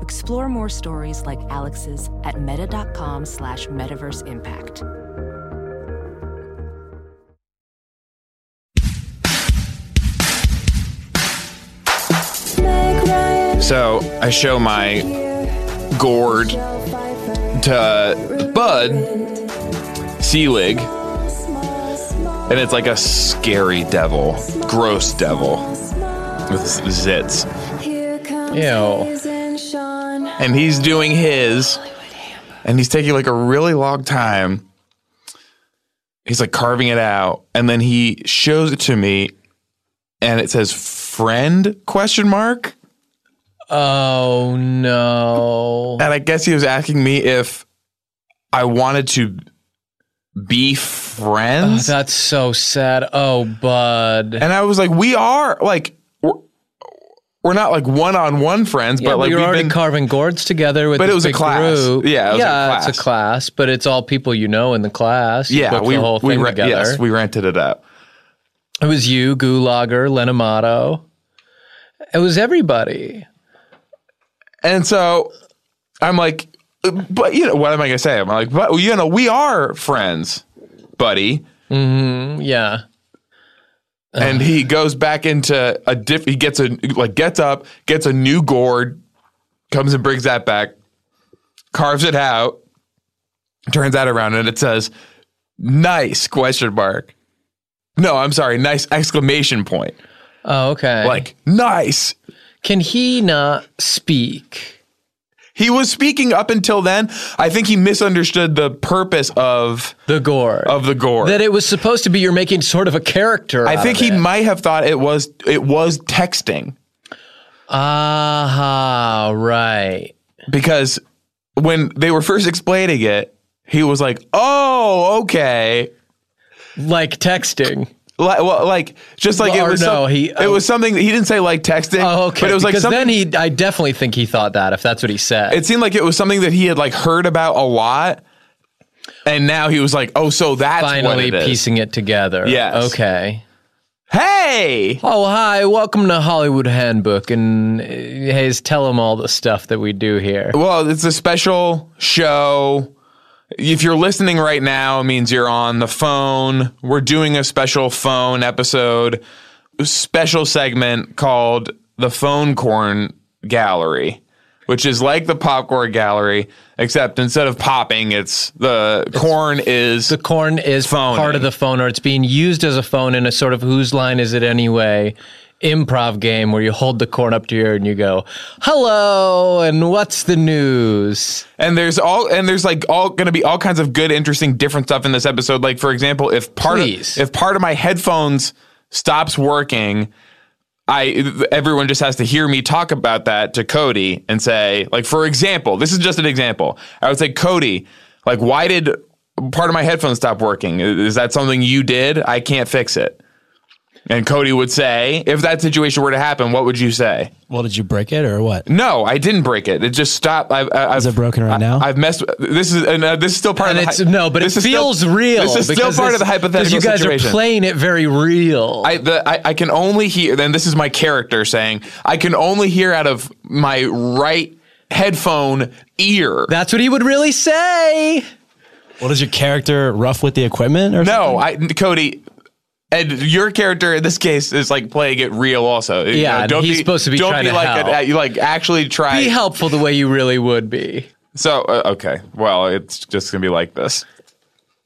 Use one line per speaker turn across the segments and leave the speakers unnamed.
Explore more stories like Alex's at meta.com slash metaverse impact.
So I show my gourd to Bud Seelig, and it's like a scary devil, gross devil with z- zits.
Ew.
And he's doing his, and he's taking like a really long time. He's like carving it out, and then he shows it to me, and it says "friend?" question mark.
Oh no.
And I guess he was asking me if I wanted to be
Oh,
friends.
that's so sad. Oh, bud.
and I was like, we are like, we're, we're not like one on one friends,
Yeah,
but like
we were
we've
already
been.
carving gourds together with
But it
this
was a
big
class.
group.
Yeah, it was a
yeah, it's
class.
a class, but it's all people you know in the class. You
yeah,
cooked
we
the whole
we
thing
re-
together.
yes, we rented it out.
it was you, Gulager, Lenamato. It was everybody.
And so I'm like, but you know, what am I gonna say? I'm like, but you know, we are friends, buddy.
Mm-hmm, Yeah. Uh-huh.
and he goes back into a diff. He gets a like gets up, gets a new gourd, comes and brings that back, carves it out, turns that around, and it says, "Nice?" Question mark. No, I'm sorry. Nice exclamation point.
Oh, okay.
Like nice.
can he not speak?
He was speaking up until then. I think he misunderstood the purpose of
The gourd.
of the gourd.
that it was supposed to be you're making sort of a character.
I
out
think
of
he
it.
might have thought it was it was texting.
Ah, right.
because when they were first explaining it, he was like, "Oh, okay."
Like texting.
Like, well, like just like
Or
it was.
no, he-
it was something that he didn't say like texting.
Oh, okay.
But it was like
because
something.
then he, I definitely think he thought that if that's what he said.
it seemed like it was something that he had like heard about a lot, and now he was like, "Oh, so that's what
Finally
it is."
piecing it together.
Yes.
Okay.
Hey,
Oh, hi. Welcome to Hollywood Handbook. And uh, Hayes, tell him all the stuff that we do here.
well, it's a special show. If you're listening right now, it means you're on the phone. We're doing a special phone episode, special segment called the Phone Corn Gallery, which is like the popcorn gallery, except instead of popping, it's the corn is
The corn is
Phoning.
part of the phone, or it's being used as a phone in a sort of whose line is it anyway improv game where you hold the corn up to your ear and you go, hello, and what's the news?
and there's all and there's like all going to be all kinds of good, interesting, different stuff in this episode. Like for example, if part
Please.
of, if part of my headphones stops working. I everyone just has to hear me talk about that to Cody and say like for example this is just an example I would say Cody like why did part of my headphones stop working is that something you did I can't fix it and Cody would say if that situation were to happen what would you say
Well, did you break it or what?
no I didn't break it it just stopped I, I,
Is
I've-
it broken right now?
I've messed. This is and uh, this is still part
And
of the
it's
hy-
no, but it
this is still-
feels real.
This is still
because
part
this-
of the
'cause
hypothetical
You guys
situation.
are playing it very real.
I, the, I I can only hear. Then this is my character saying, I can only hear out of my right headphone ear.
That's what he would really say.
Well, does your character rough with the equipment or something?
no, Oh, I Cody. And your character in this case is like playing it real, also. You
Yeah, and he's supposed to be
Don't
trying
be
to
like
help.
you like actually try.
Be helpful the way you really would be
So uh, okay, well, it's just gonna be like this.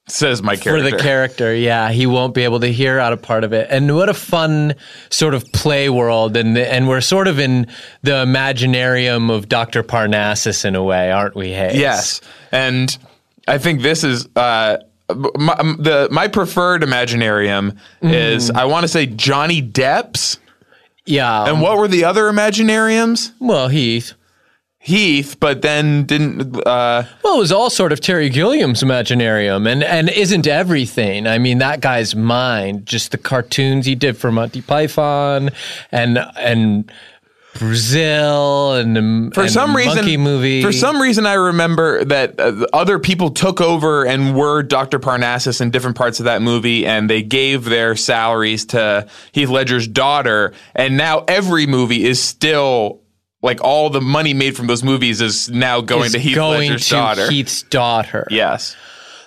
Says my character.
for the character. Yeah, he won't be able to hear out a part of it. And what a fun sort of play world. And and we're sort of in the imaginarium of Doctor Parnassus in a way, aren't we, Hayes?
Yes, and I think this is uh, my, um, the my preferred Imaginarium is I want to say Johnny Depp's.
Mm-hmm. Yeah. um,
And what were the other Imaginariums?
well, Heath.
Heath, but then didn't. Uh,
Well, it was all sort of Terry Gilliam's Imaginarium, and and isn't everything. I mean, that guy's mind, just the cartoons he did for Monty Python, and and Brazil, and
for some reason,
Monkey Movie.
For some reason, I remember that uh, other people took over and were Dr. Parnassus in different parts of that movie, and they gave their salaries to Heath Ledger's daughter, and now every movie is still. Like all the money made from those movies is now going
is
to Heath
going
Ledger's
to
daughter.
Heath's daughter.
Yes.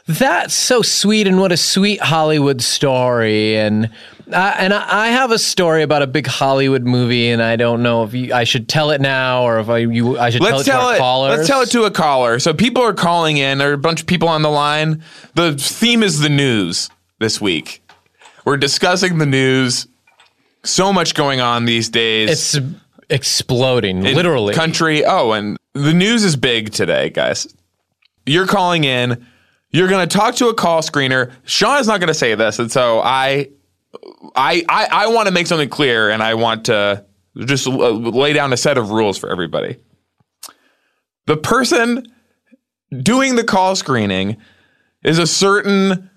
That's so sweet, and what a sweet Hollywood story. And uh, and I I have a story about a big Hollywood movie, and I don't know if you, I should tell it now or if I you I should tell it
Let's
to
tell
our
it.
callers.
Let's tell it to a caller. So people are calling in. There are a bunch of people on the line. The theme is the news this week. We're discussing the news. So much going on these days.
It's exploding,
in
literally.
country. Oh, and the news is big today, guys. You're calling in. You're going to talk to a call screener. Sean is not going to say this, and so I, I, I, I want to make something clear, and I want to just uh, lay down a set of rules for everybody. The person doing the call screening is a certain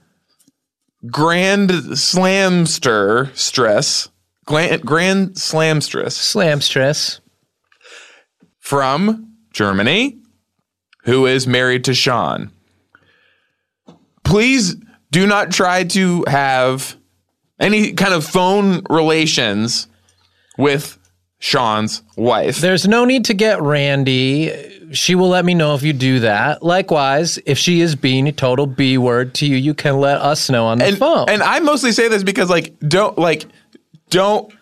grand slamster stress, grand, grand slamstress
Slam stress.
from Germany who is married to Sean. Please do not try to have any kind of phone relations with Sean's wife.
There's no need to get randy. She will let me know if you do that. Likewise, if she is being a total B word to you, you can let us know on the
and,
phone.
and I mostly say this because like don't like don't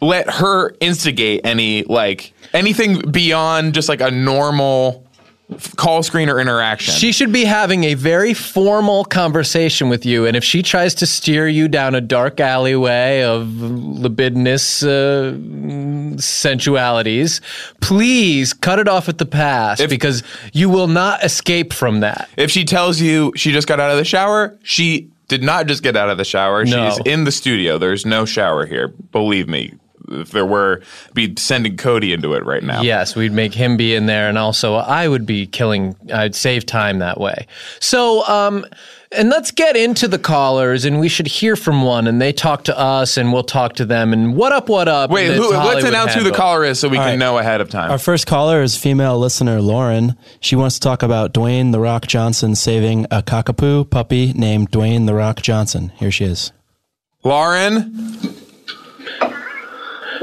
let her instigate any like anything beyond just like a normal f- call screener interaction.
She should be having a very formal conversation with you, and if she tries to steer you down a dark alleyway of libidinous uh, mm, sensualities, please cut it off at the pass because you will not escape from that.
If she tells you she just got out of the shower, she did not just get out of the shower.
No.
She's in the studio. There's no shower here. Believe me. If there were, be sending Cody into it right now.
Yes, we'd make him be in there, and also I would be killing. I'd save time that way. So, um, and let's get into the callers, and we should hear from one, and they talk to us, and we'll talk to them. And what up, what up?
Wait,
and it's
who, let's
Hollywood
announce who the
Handbook.
caller is so we can
right.
know ahead of time.
Our first caller is female listener Lauren. She wants to talk about Dwayne The Rock Johnson saving a cockapoo puppy named Dwayne The Rock Johnson. Here she is.
Lauren.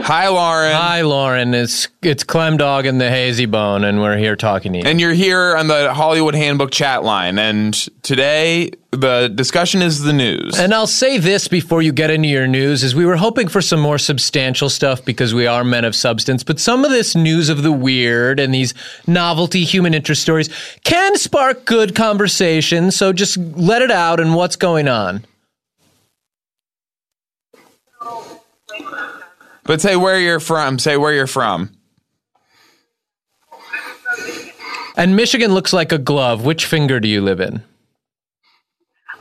Hi, Lauren.
Hi, Lauren. It's it's Clem Dog and the Hazy Bone, and we're here talking to you.
And you're here on the Hollywood Handbook chat line. And today, the discussion is the news.
And I'll say this before you get into your news is we were hoping for some more substantial stuff because we are men of substance, but some of this news of the weird and these novelty human interest stories can spark good conversation, so just let it out and what's going on.
but say where you're from. Say where you're from.
And Michigan looks like a glove. Which finger do you live in?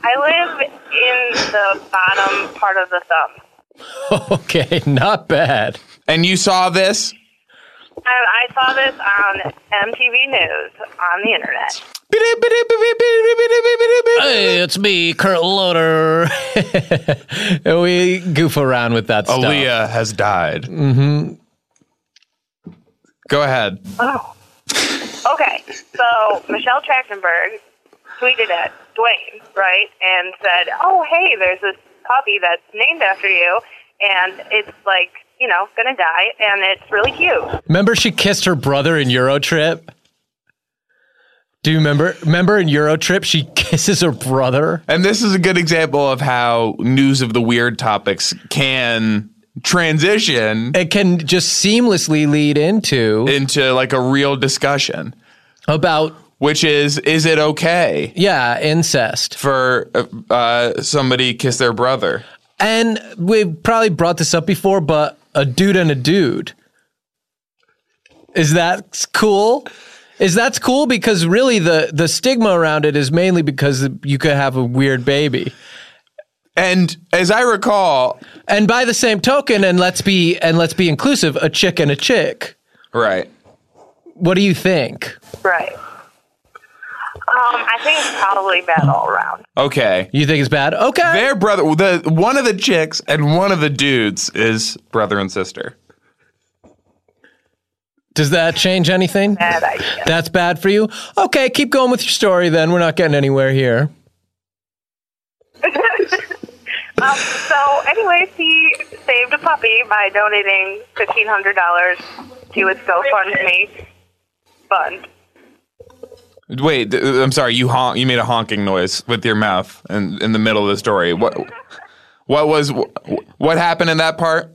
I live in the bottom part of the thumb.
Okay, not bad.
And you saw this?
And I saw this on MTV News on the internet.
Hey, it's me, Kurt Loder. we goof around with that stuff.
Aaliyah has died. Mm-hmm. Go ahead.
Oh. Okay, so Michelle Trachtenberg tweeted at Dwayne, right, and said, "Oh, hey, there's this puppy that's named after you, and it's like." You know, gonna die, and it's really cute.
Remember she kissed her brother in Eurotrip? Do you remember? Remember in Eurotrip she kisses her brother?
And this is a good example of how news of the weird topics can transition
It can just seamlessly lead into
into like a real discussion,
about
which is is it okay
yeah, incest.
for uh, uh, somebody kiss their brother?
And we've probably brought this up before, but a dude and a dude. Is that cool? Is that cool? Because really the the stigma around it is mainly because you could have a weird baby.
And as I recall,
And by the same token, and let's be and let's be inclusive, a chick and a chick.
right.
What do you think?
Right. Um, I think it's probably bad all around.
Okay.
You think it's bad? Okay.
Their brother, the one of the chicks and one of the dudes is brother and sister.
Does that change anything?
Bad idea.
That's bad for you? Okay, keep going with your story then. We're not getting anywhere here.
Um, so, anyways, he saved a puppy by donating fifteen hundred dollars to his GoFundMe fund.
Wait, th- uh, I'm sorry. You honk. You made a honking noise with your mouth in, in the middle of the story. What? What was? wh- What happened in that part?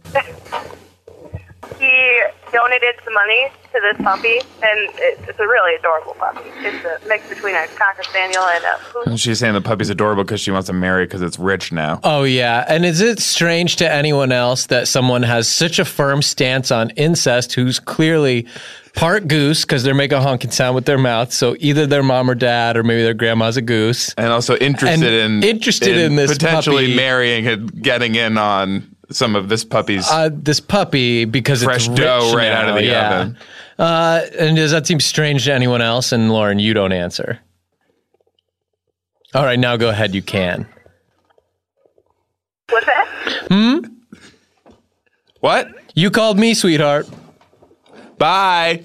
He donated some money to this puppy, and it's, it's a really adorable puppy. It's a mix between a cocker spaniel and a poodle.
She's saying the puppy's adorable because she wants to marry because it's rich now.
Oh, yeah. And is it strange to anyone else that someone has such a firm stance on incest who's clearly part goose because they make a honking sound with their mouth? So either their mom or dad, or maybe their grandma's a goose.
and also interested
And
in
interested in this
potentially
puppy.
marrying and getting in on some of this puppy's.
Uh, this puppy, because
Fresh
it's rich
dough right
now,
out of the
yeah.
oven.
Uh, and does that seem strange to anyone else? And Lauren, you don't answer. All right, now go ahead. You can.
What's that?
what?
Hmm? You called me, sweetheart.
Bye.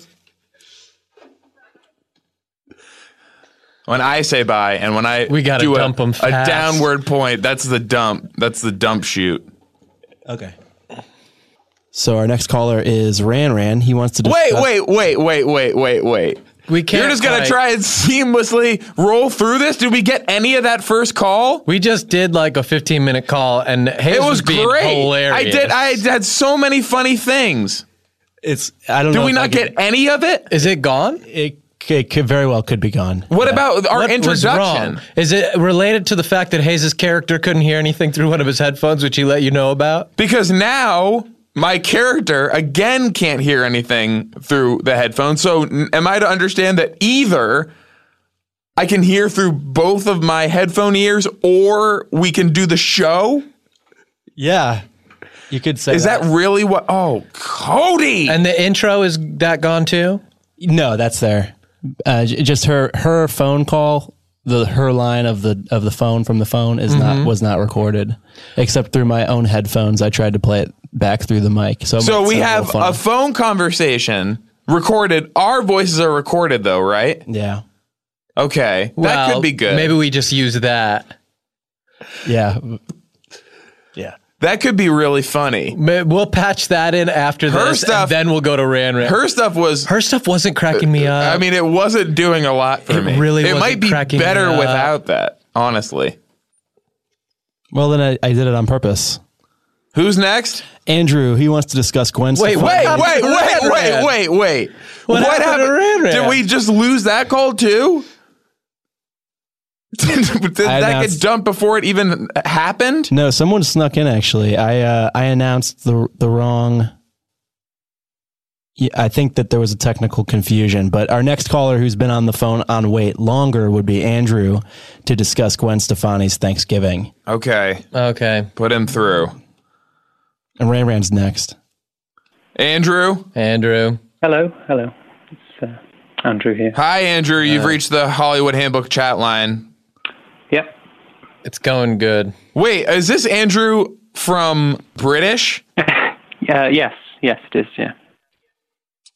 When I say bye, and when I
We gotta
do a-
dump 'em
a,
fast.
downward point, that's the dump. That's the dump shoot.
Okay. So our next caller is Ran Ran. He wants to
Wait,
discuss-
wait, wait, wait, wait, wait, wait.
We can't.
You're just gonna
like-
try and seamlessly roll through this. Did we get any of that first call?
We just did like a 15 minute call, and Hayes
It was
was, being
great.
Hilarious.
I did. I had so many funny things.
It's I don't
Did
know.
we
if I
not
could-
get any of it?
Is it gone?
it? It could very well could be gone.
What about our
What was
introduction?
wrong? Is it related to the fact that Hayes' character couldn't hear anything through one of his headphones, which he let you know about?
Because now my character again can't hear anything through the headphones. So n- am I to understand that either I can hear through both of my headphone ears or we can do the show?
Yeah, you could say.
Is that really what? Oh, Cody.
And the intro is that gone too?
no? That's there. Uh, j- just her her phone call. The her line of the of the phone from the phone is
Mm-hmm.
not was not recorded, except through my own headphones. I tried to play it back through the mic. So it
so
might
we
sound a
have
little
a
funny.
phone conversation recorded. Our voices are recorded though, right?
yeah
Okay. that
Well,
could be good.
Maybe we just use that.
yeah yeah.
that could be really funny.
Ma- We'll patch that in after
Her
this,
stuff-
and then we'll go to Ran Ran.
Her stuff was Uh,
Her stuff wasn't cracking me up.
I mean, it wasn't doing a lot for
It
me.
really
it
wasn't
might be
cracking
better
me up.
without that. Honestly,
Well then I, I did it on purpose.
who's next?
Andrew, he wants to discuss Gwen's.
Wait,
Wait,
happened
wait,
to
wait,
Ran
wait,
Ran?
wait, wait.
What happened to Ran Ran?
Did we just lose that call too? Did did that get
announced-
dumped before it even happened?
No, someone snuck in actually. I uh, I announced the the wrong. Yeah, I think that there was a technical confusion, but our next caller who's been on the phone on wait longer would be Andrew to discuss Gwen Stefani's Thanksgiving.
Okay,
okay,
put him through.
And Ran Ran's next.
Andrew,
Andrew.
Hello, hello. It's uh, Andrew here.
hi, Andrew. You've reached the Hollywood Handbook chat line.
Yep.
It's going good.
Wait, is this Andrew from British?
Uh, yes, yes, it is. Yeah.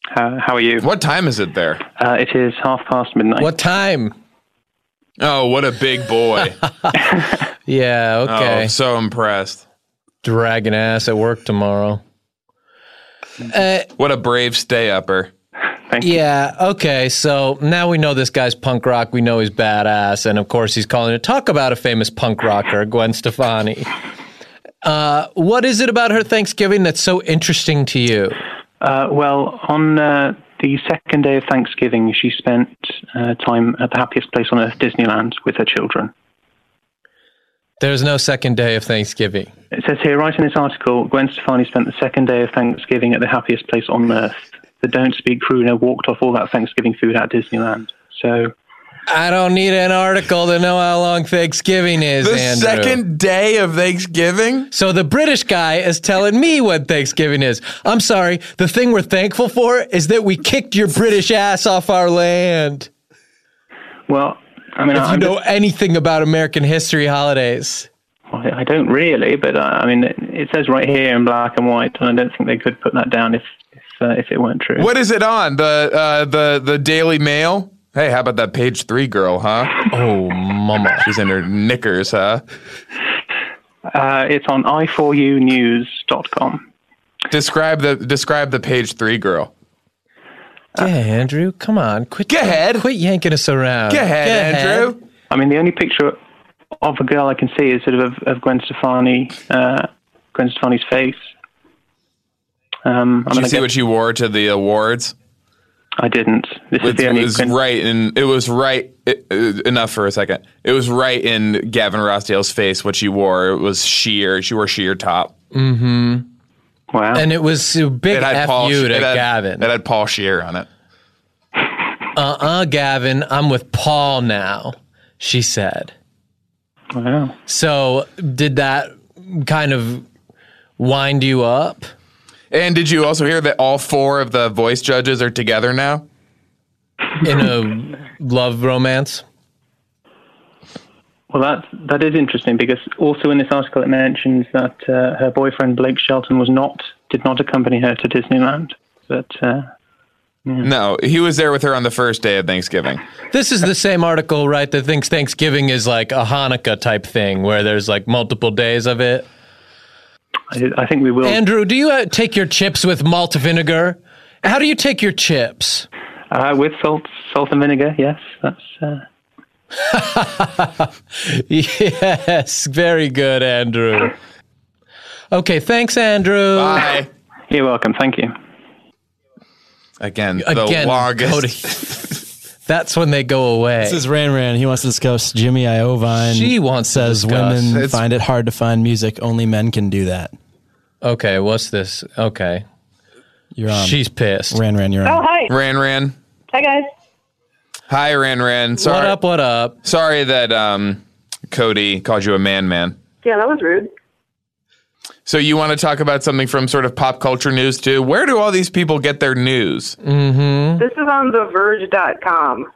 How, how are you?
What time is it there?
Uh, it is half past midnight.
What time?
Oh, what a big boy!
Yeah,
Oh,
okay.
I'm so impressed.
Dragging ass at work tomorrow. Uh,
What a brave stay upper.
Thank you.
yeah, okay. So now we know this guy's punk rock. We know he's badass. And of course, he's calling to talk about a famous punk rocker, Gwen Stefani. Uh, what is it about her Thanksgiving that's so interesting to you?
Uh, well, on uh, the second day of Thanksgiving, she spent uh, time at the happiest place on earth, Disneyland, with her children.
There's no second day of Thanksgiving.
It says here, right in this article, Gwen Stefani spent the second day of Thanksgiving at the happiest place on earth. The Don't Speak crooner walked off all that Thanksgiving food at Disneyland. So
I don't need an article to know how long Thanksgiving is,
The
Andrew.
second day of Thanksgiving?
So the British guy is telling me what Thanksgiving is. I'm sorry. The thing we're thankful for is that we kicked your British ass off our land.
Well, I mean,
If
I,
you know anything about American history holidays.
I don't really, but uh, I mean, it, it says right here in black and white, and I don't think they could put that down if if, uh, if it weren't true.
What is it on? The uh, the the Daily Mail? Hey, how about that page three girl, huh?
Oh, mama.
She's in her knickers, huh?
Uh, it's on i4unews.com.
Describe the describe the page three girl.
Uh,
Yeah, Andrew, come on. Quit,
Go ahead.
quit yanking us around.
Go ahead,
Go
Andrew.
I mean, the only picture of a girl I can see is sort of of, of Gwen Stefani, uh, Gwen Stefani's face. Um, I, mean,
Did you
I,
see
guess-
what she wore to the awards?
I didn't. This is
It,
the only.
was
Gwen-
right in it was right it, it- enough for a second. It was right in Gavin Rossdale's face what she wore. It was sheer. She wore sheer top.
Wow.
Mm-hmm. And it was a big
It had
F
Paul
you to
it had,
Gavin.
It had Paul Shear on it.
uh-uh, Gavin, I'm with Paul now, she said.
wow.
So did that kind of wind you up?
And did you also hear that all four of the voice judges are together now?
in a love romance.
Well, that that is interesting because also in this article it mentions that uh, her boyfriend Blake Shelton was not did not accompany her to Disneyland, but uh,
Mm-hmm.
No, he was there with her on the first day of Thanksgiving.
This is the same article, right, that thinks Thanksgiving is like a Hanukkah type thing where there's like multiple days of it.
I, I think we will.
Andrew, do you uh, take your chips with malt vinegar? How do you take your chips?
Uh, with salt, salt and vinegar, yes. That's uh,
Yes, very good, Andrew. Okay, thanks, Andrew.
Ah,
Bye.
you're welcome. Thank you.
Again,
Again,
the longest.
Cody. That's when they go away.
This is Ran Ran. He wants to discuss Jimmy Iovine.
She wants to
says
discuss.
women
It's-
find it hard to find music. Only men can do that.
okay, what's this? Okay,
You're on.
she's pissed.
Ran Ran. You're
Oh,
on.
hi.
Ran Ran.
Hi, guys.
Hi, Ran Ran. Sorry,
What up? What up?
sorry that um, Cody called you a man man.
Yeah, that was rude.
So you want to talk about something from sort of pop culture news too? Where do all these people get their news?
Mm-hmm.
This is on TheVerge.com.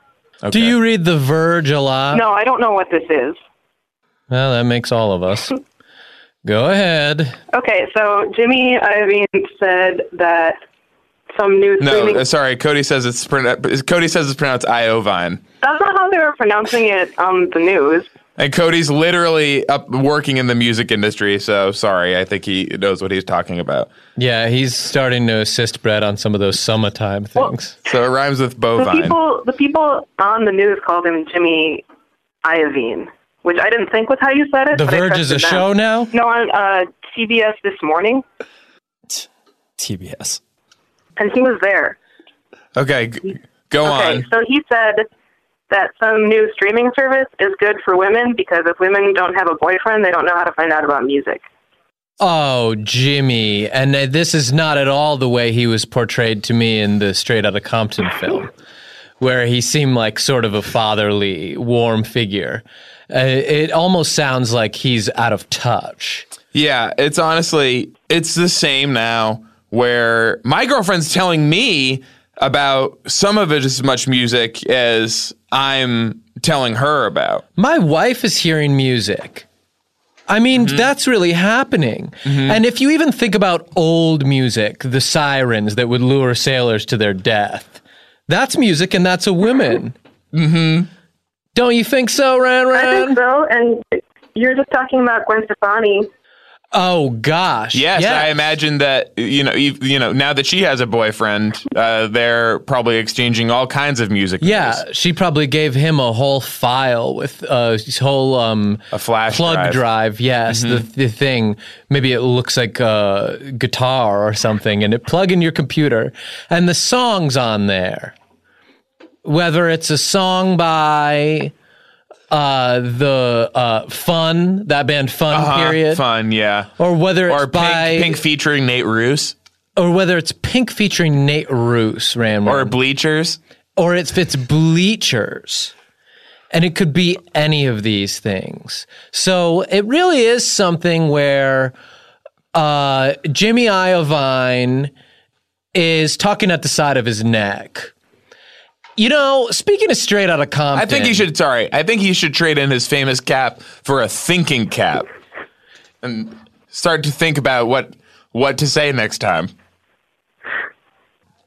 Do you read The Verge a lot?
No, I don't know what this is.
Well, that makes all of us. Go ahead.
Okay, so Jimmy Iovine said that some new
No,
streaming.
uh, sorry. Cody says it's pron- Cody says it's pronounced Iovine,
That's not how they were pronouncing it on the news.
and Cody's literally up working in the music industry. So sorry, I think he knows what he's talking about.
Yeah, he's starting to assist Brett on some of those summertime things.
So it rhymes with
The
bovine.
people, the people on the news called him Jimmy Iovine, which I didn't think was how you said it.
the
but I
Verge is a
trusted them.
show now?
No, on uh, CBS this morning,
TBS.
and he was there.
Okay, g- go
Okay,
on.
so he said that some new streaming service is good for women because if women don't have a boyfriend, they don't know how to find out about music.
Oh, Jimmy. And uh, this is not at all the way he was portrayed to me in the Straight Outta Compton film, where he seemed like sort of a fatherly, warm figure. Uh, it almost sounds like he's out of touch.
Yeah, it's honestly it's the same now where my girlfriend's telling me about some of it as much music as I'm telling her about.
My wife is hearing music. I mean, that's really happening. And if you even think about old music, the sirens that would lure sailors to their death, that's music and that's a woman. mm-hmm. Don't you think so, Ran
I think
Ran?
so, and you're just talking about Gwen Stefani.
Oh, gosh.
Yes, I imagine that you know you, you know now that she has a boyfriend, uh, they're probably exchanging all kinds of music.
Yeah,
news.
she probably gave him a whole file with uh, his whole um,
A flash
plug
drive. Mm-hmm.
drive. yes, the, the thing. Maybe it looks like a guitar or something, and it plug in your computer, and the songs on there. Whether it's a song by uh, the uh, Fun, that band Fun
Huh,
period,
Uh-huh. fun, yeah.
or whether it's
Or Pink,
by
Pink featuring Nate Roos
or whether it's Pink featuring Nate Roos, Ram,
or
Ram
Bleachers.
or if it's bleachers. And it could be any of these things. So it really is something where uh, Jimmy Iovine is talking at the side of his neck. You know, speaking of straight out of
I
Compton,
think he should. Sorry, I think he should trade in his famous cap for a thinking cap, and start to think about what what to say next time.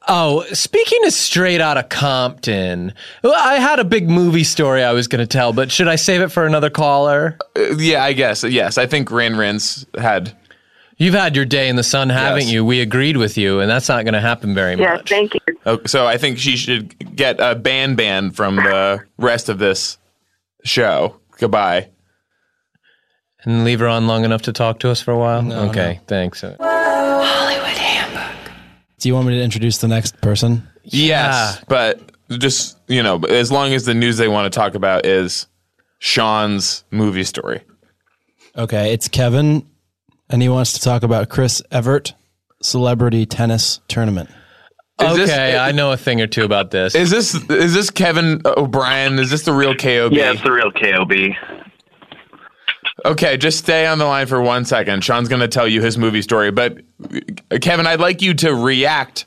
Oh, speaking of straight out of Compton, well, I had a big movie story I was going to tell, but should I save it for another caller?
Uh, yeah, I guess. Yes, I think Rin Rin's had.
You've had your day in the sun, haven't
Yes.
you? We agreed with you, and that's not going to happen very
Yeah,
much.
thank you.
Oh, so I think she should get a ban ban from the rest of this show. Goodbye.
and leave her on long enough to talk to us for a while? okay, thanks.
Do you want me to introduce the next person?
Yeah.
Yes, but just you know, as long as the news they want to talk about is Sean's movie story.
Okay, it's Kevin, and he wants to talk about Chris Evert celebrity tennis tournament.
Is
okay,
this-
I know a thing or two about this.
Is this is this Kevin O'Brien? Is this the real KOB?
Yeah, it's the real KOB.
Okay, just stay on the line for one second. Sean's going to tell you his movie story, but uh, Kevin, I'd like you to react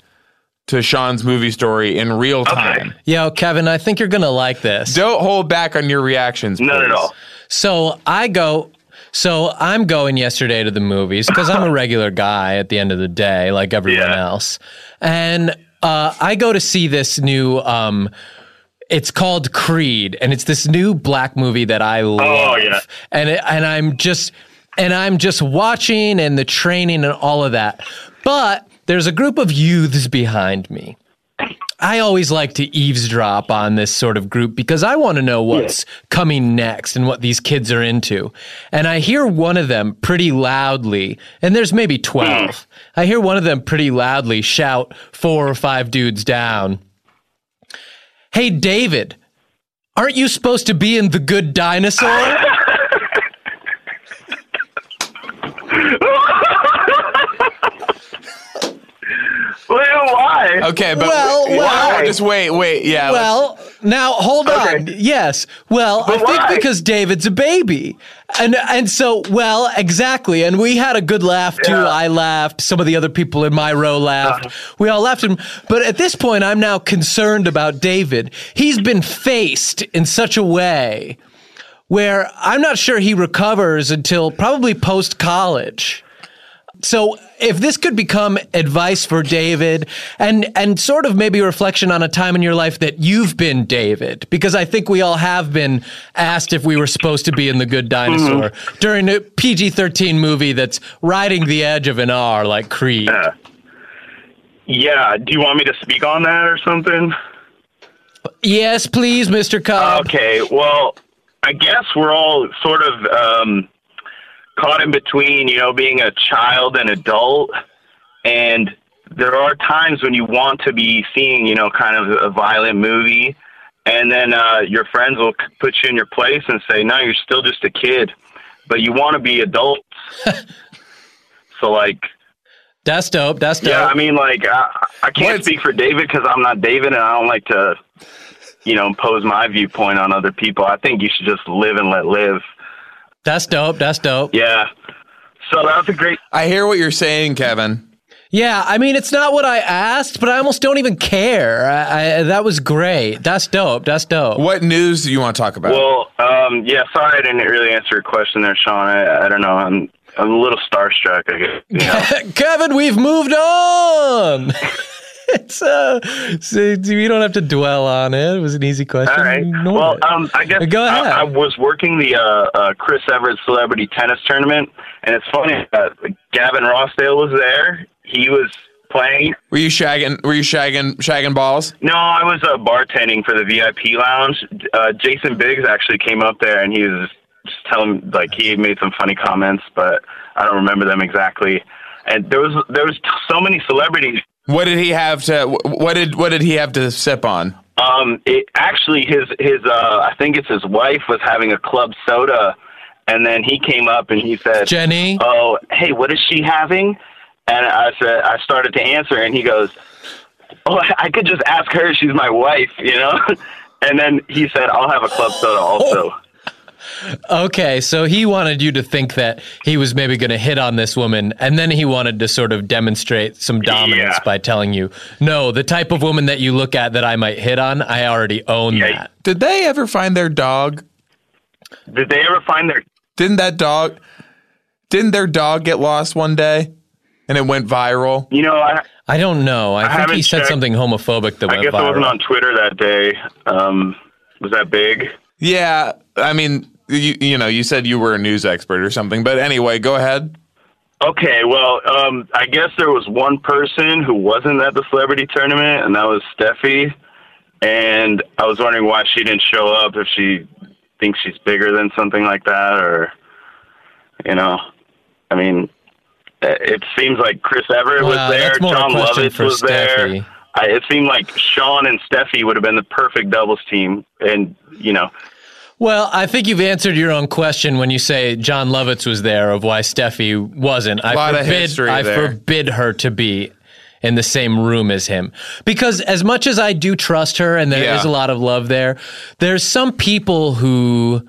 to Sean's movie story in real time.
Yo, Kevin, I think you're going to like this.
Don't hold back on your reactions.
None at
please.
all.
So I go. So I'm going yesterday to the movies because I'm a regular guy at the end of the day, like everyone
Yeah.
else. And uh, I go to see this new. Um, it's called Creed, and it's this new black movie that I love.
yeah.
And it, and I'm just and I'm just watching and the training and all of that. But there's a group of youths behind me. I always like to eavesdrop on this sort of group because I want to know what's coming next and what these kids are into. And I hear one of them pretty loudly, and there's maybe 12. I hear one of them pretty loudly shout four or five dudes down. Hey, David, aren't you supposed to be in The Good Dinosaur?
Well, why?
Okay, but
Well,
wait,
well-
why- just wait, wait, yeah. let's-
Well, now hold on. Yes. Well, I
But
think
why?
because David's a baby. And and so, well, exactly. And we had a good laugh too. I laughed. Some of the other people in my row laughed. We all laughed him. But at this point, I'm now concerned about David. He's been faced in such a way where I'm not sure he recovers until probably post college. So if this could become advice for David and and sort of maybe a reflection on a time in your life that you've been David because I think we all have been asked if we were supposed to be in the good dinosaur during a PG-13 movie that's riding the edge of an R like Creed.
Yeah, do you want me to speak on that or something?
Yes, please, Mr. Cobb.
Okay, well, I guess we're all sort of um, caught in between, you know, being a child and adult. And there are times when you want to be seeing, you know, kind of a violent movie. And then uh, your friends will c- put you in your place and say, no, you're still just a kid, but you want to be adults. so, like,
That's dope. That's dope.
yeah, I mean, like, I, I can't
What's-
speak for David because I'm not David, and I don't like to, you know, impose my viewpoint on other people. I think you should just live and let live.
that's dope. That's dope.
Yeah. So that was a great.
I hear what you're saying, Kevin.
Yeah, I mean, it's not what I asked, but I almost don't even care. I, I, that was great. That's dope. That's dope.
What news do you want to talk about?
Well, um, yeah. Sorry, I didn't really answer your question there, Sean. I, I don't know. I'm I'm a little starstruck. I guess. You know?
Kevin, we've moved on. it's uh, so we don't have to dwell on it. It was an easy question.
All right.
Ignore
Well,
it.
um, I guess
Go ahead.
I, I was working the uh, uh, Chris Everett Celebrity Tennis Tournament, and it's funny. Uh, Gavin Rossdale was there. He was playing.
were you shagging? Were you shagging? Shagging balls?
No, I was uh, bartending for the VIP lounge. Uh, Jason Biggs actually came up there and he was just telling like he had made some funny comments, but I don't remember them exactly. And there was there was so many celebrities.
What did he have to? wh- What did? What did he have to sip on?
Um, it actually his his uh, I think it's his wife was having a club soda, and then he came up and he said,
Jenny.
"Oh, hey, what is she having?" And I said I started to answer, and he goes, "Oh, I could just ask her. She's my wife, you know." and then he said, "I'll have a club soda also."
Oh, Okay, so he wanted you to think that he was maybe going to hit on this woman, and then he wanted to sort of demonstrate some dominance
Yeah.
by telling you, no, the type of woman that you look at that I might hit on, I already own
Yeah.
that.
Did they ever find their dog?
Did they ever find their?
Didn't that dog? Didn't their dog get lost one day, and it went viral?
You know, I,
I don't know. I, think he
haven't
said
checked.
something homophobic that
I
went
guess I
viral.
wasn't on Twitter that day. Um, was that big?
Yeah, I mean, you you know, you said you were a news expert or something, but anyway, go ahead.
Okay, well, um, I guess there was one person who wasn't at the celebrity tournament, and that was Steffi. And I was wondering why she didn't show up. If she thinks she's bigger than something like that, or you know, I mean, eh, it seems like Chris Everett
Wow,
was there,
that's more a
John
question
Lovitz
for
was
Steffi.
there. I, it seemed like Sean and Steffi would have been the perfect doubles team, and you know,
Well, I think you've answered your own question when you say John Lovitz was there of why Steffi wasn't. I
Lot of
forbid,
history
I
there.
forbid her to be in the same room as him because as much as I do trust her and there is a
Yeah.
lot of love there, there's some people who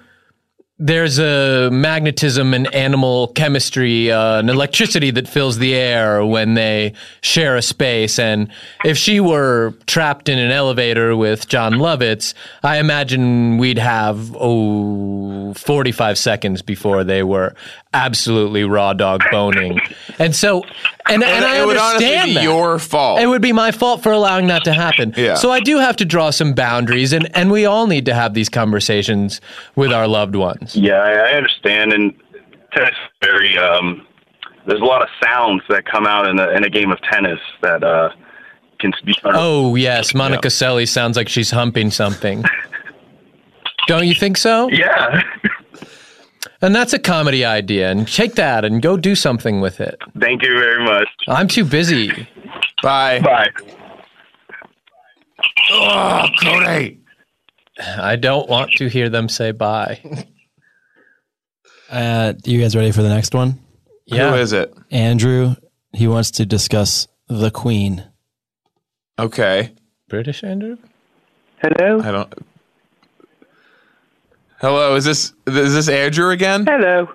there's a magnetism and animal chemistry, uh, an electricity that fills the air when they share a space. And if she were trapped in an elevator with John Lovitz, I imagine we'd have, oh, 45 seconds before they were absolutely raw dog boning. And so, and, and, I
it would honestly
understand
be
that.
your fault.
It would be my fault for allowing that to happen.
Yeah.
So I do have to draw some boundaries, and, and we all need to have these conversations with our loved ones.
Yeah, I I understand, and tennis is very. Um, there's a lot of sounds that come out in a, in a game of tennis that uh, can be.
Oh, yes. Monica Selly sounds like she's humping something. Don't you think so?
yeah,
And that's a comedy idea. And take that and go do something with it.
thank you very much.
I'm too busy.
Bye.
Bye.
Oh, Cody.
I don't want to hear them say bye.
Uh, you guys ready for the next one?
Yeah.
Who is it?
Andrew, he wants to discuss the Queen.
Okay.
British Andrew?
Hello?
I don't. Hello, is this is this Andrew again?
Hello.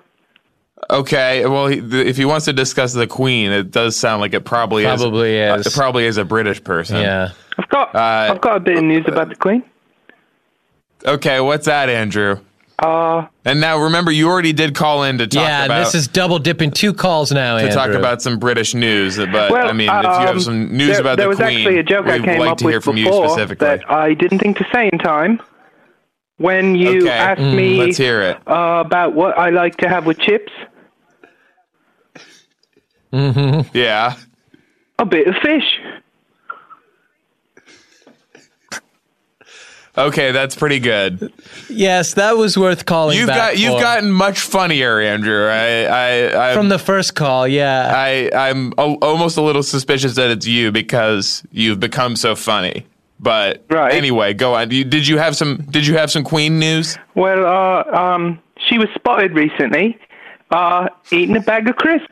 Okay, well, he, th- if he wants to discuss the Queen, it does sound like it probably,
Probably
is, uh,
is.
it probably is a British person.
Yeah.
I've got,
Uh,
I've got a bit of news about the Queen.
Okay, what's that, Andrew?
Uh,
And now remember, you already did call in to talk
Yeah,
about
this is double dipping two calls now,
to
Andrew.
talk about some British news. But
well,
I mean,
uh,
if you
um,
have some news
there,
about
there
the
was
Queen,
actually a joke I
we'd
came
like
up
to hear
with
from you
before
specifically.
that I didn't think to say in time. When you
Okay,
asked
mm,
me
let's hear it.
Uh, about what I like to have with chips,
Mm-hmm.
yeah.
a bit of fish.
Okay, that's pretty good.
yes, that was worth calling
You've
back
got you've
for.
gotten much funnier, Andrew. I I I
From the first call, yeah.
I I'm al almost a little suspicious that it's you because you've become so funny. But
Right.
anyway, go on. You, did you have some Did you have some Queen news?
Well, uh, um, she was spotted recently uh, eating a bag of crisps.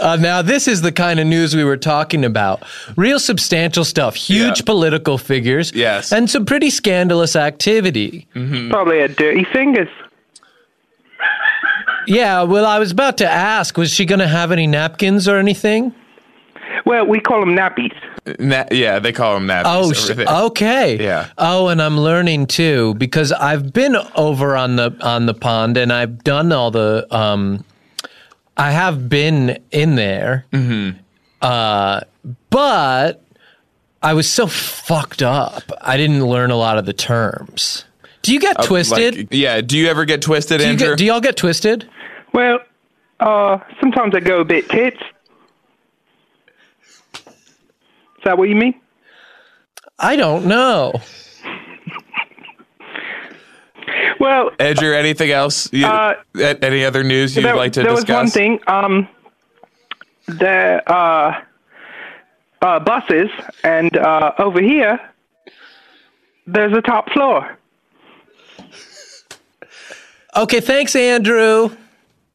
Uh, now, this is the kind of news we were talking about. Real substantial stuff, huge
Yeah.
political figures,
Yes.
and some pretty scandalous activity.
Mm-hmm.
Probably had dirty fingers.
Yeah, well, I was about to ask was she going to have any napkins or anything?
Well, we call them nappies.
Na- yeah, they call them nappies.
Oh,
over
sh-
there.
okay.
Yeah.
Oh, and I'm learning too because I've been over on the on the pond and I've done all the um, I have been in there, mm-hmm. uh, but I was so fucked up. I didn't learn a lot of the terms. Do you get twisted?
Like, yeah. Do you ever get twisted,
do, you
Andrew?
get, do y'all get twisted?
Well, uh, sometimes I go a bit tits. Is that what you mean?
I don't know.
Well,
Andrew, anything else? You,
Uh,
a- any other news you'd
there,
like to
there
discuss?
was one thing. Um, there are uh, buses, and uh, over here, there's a top floor.
Okay, thanks, Andrew.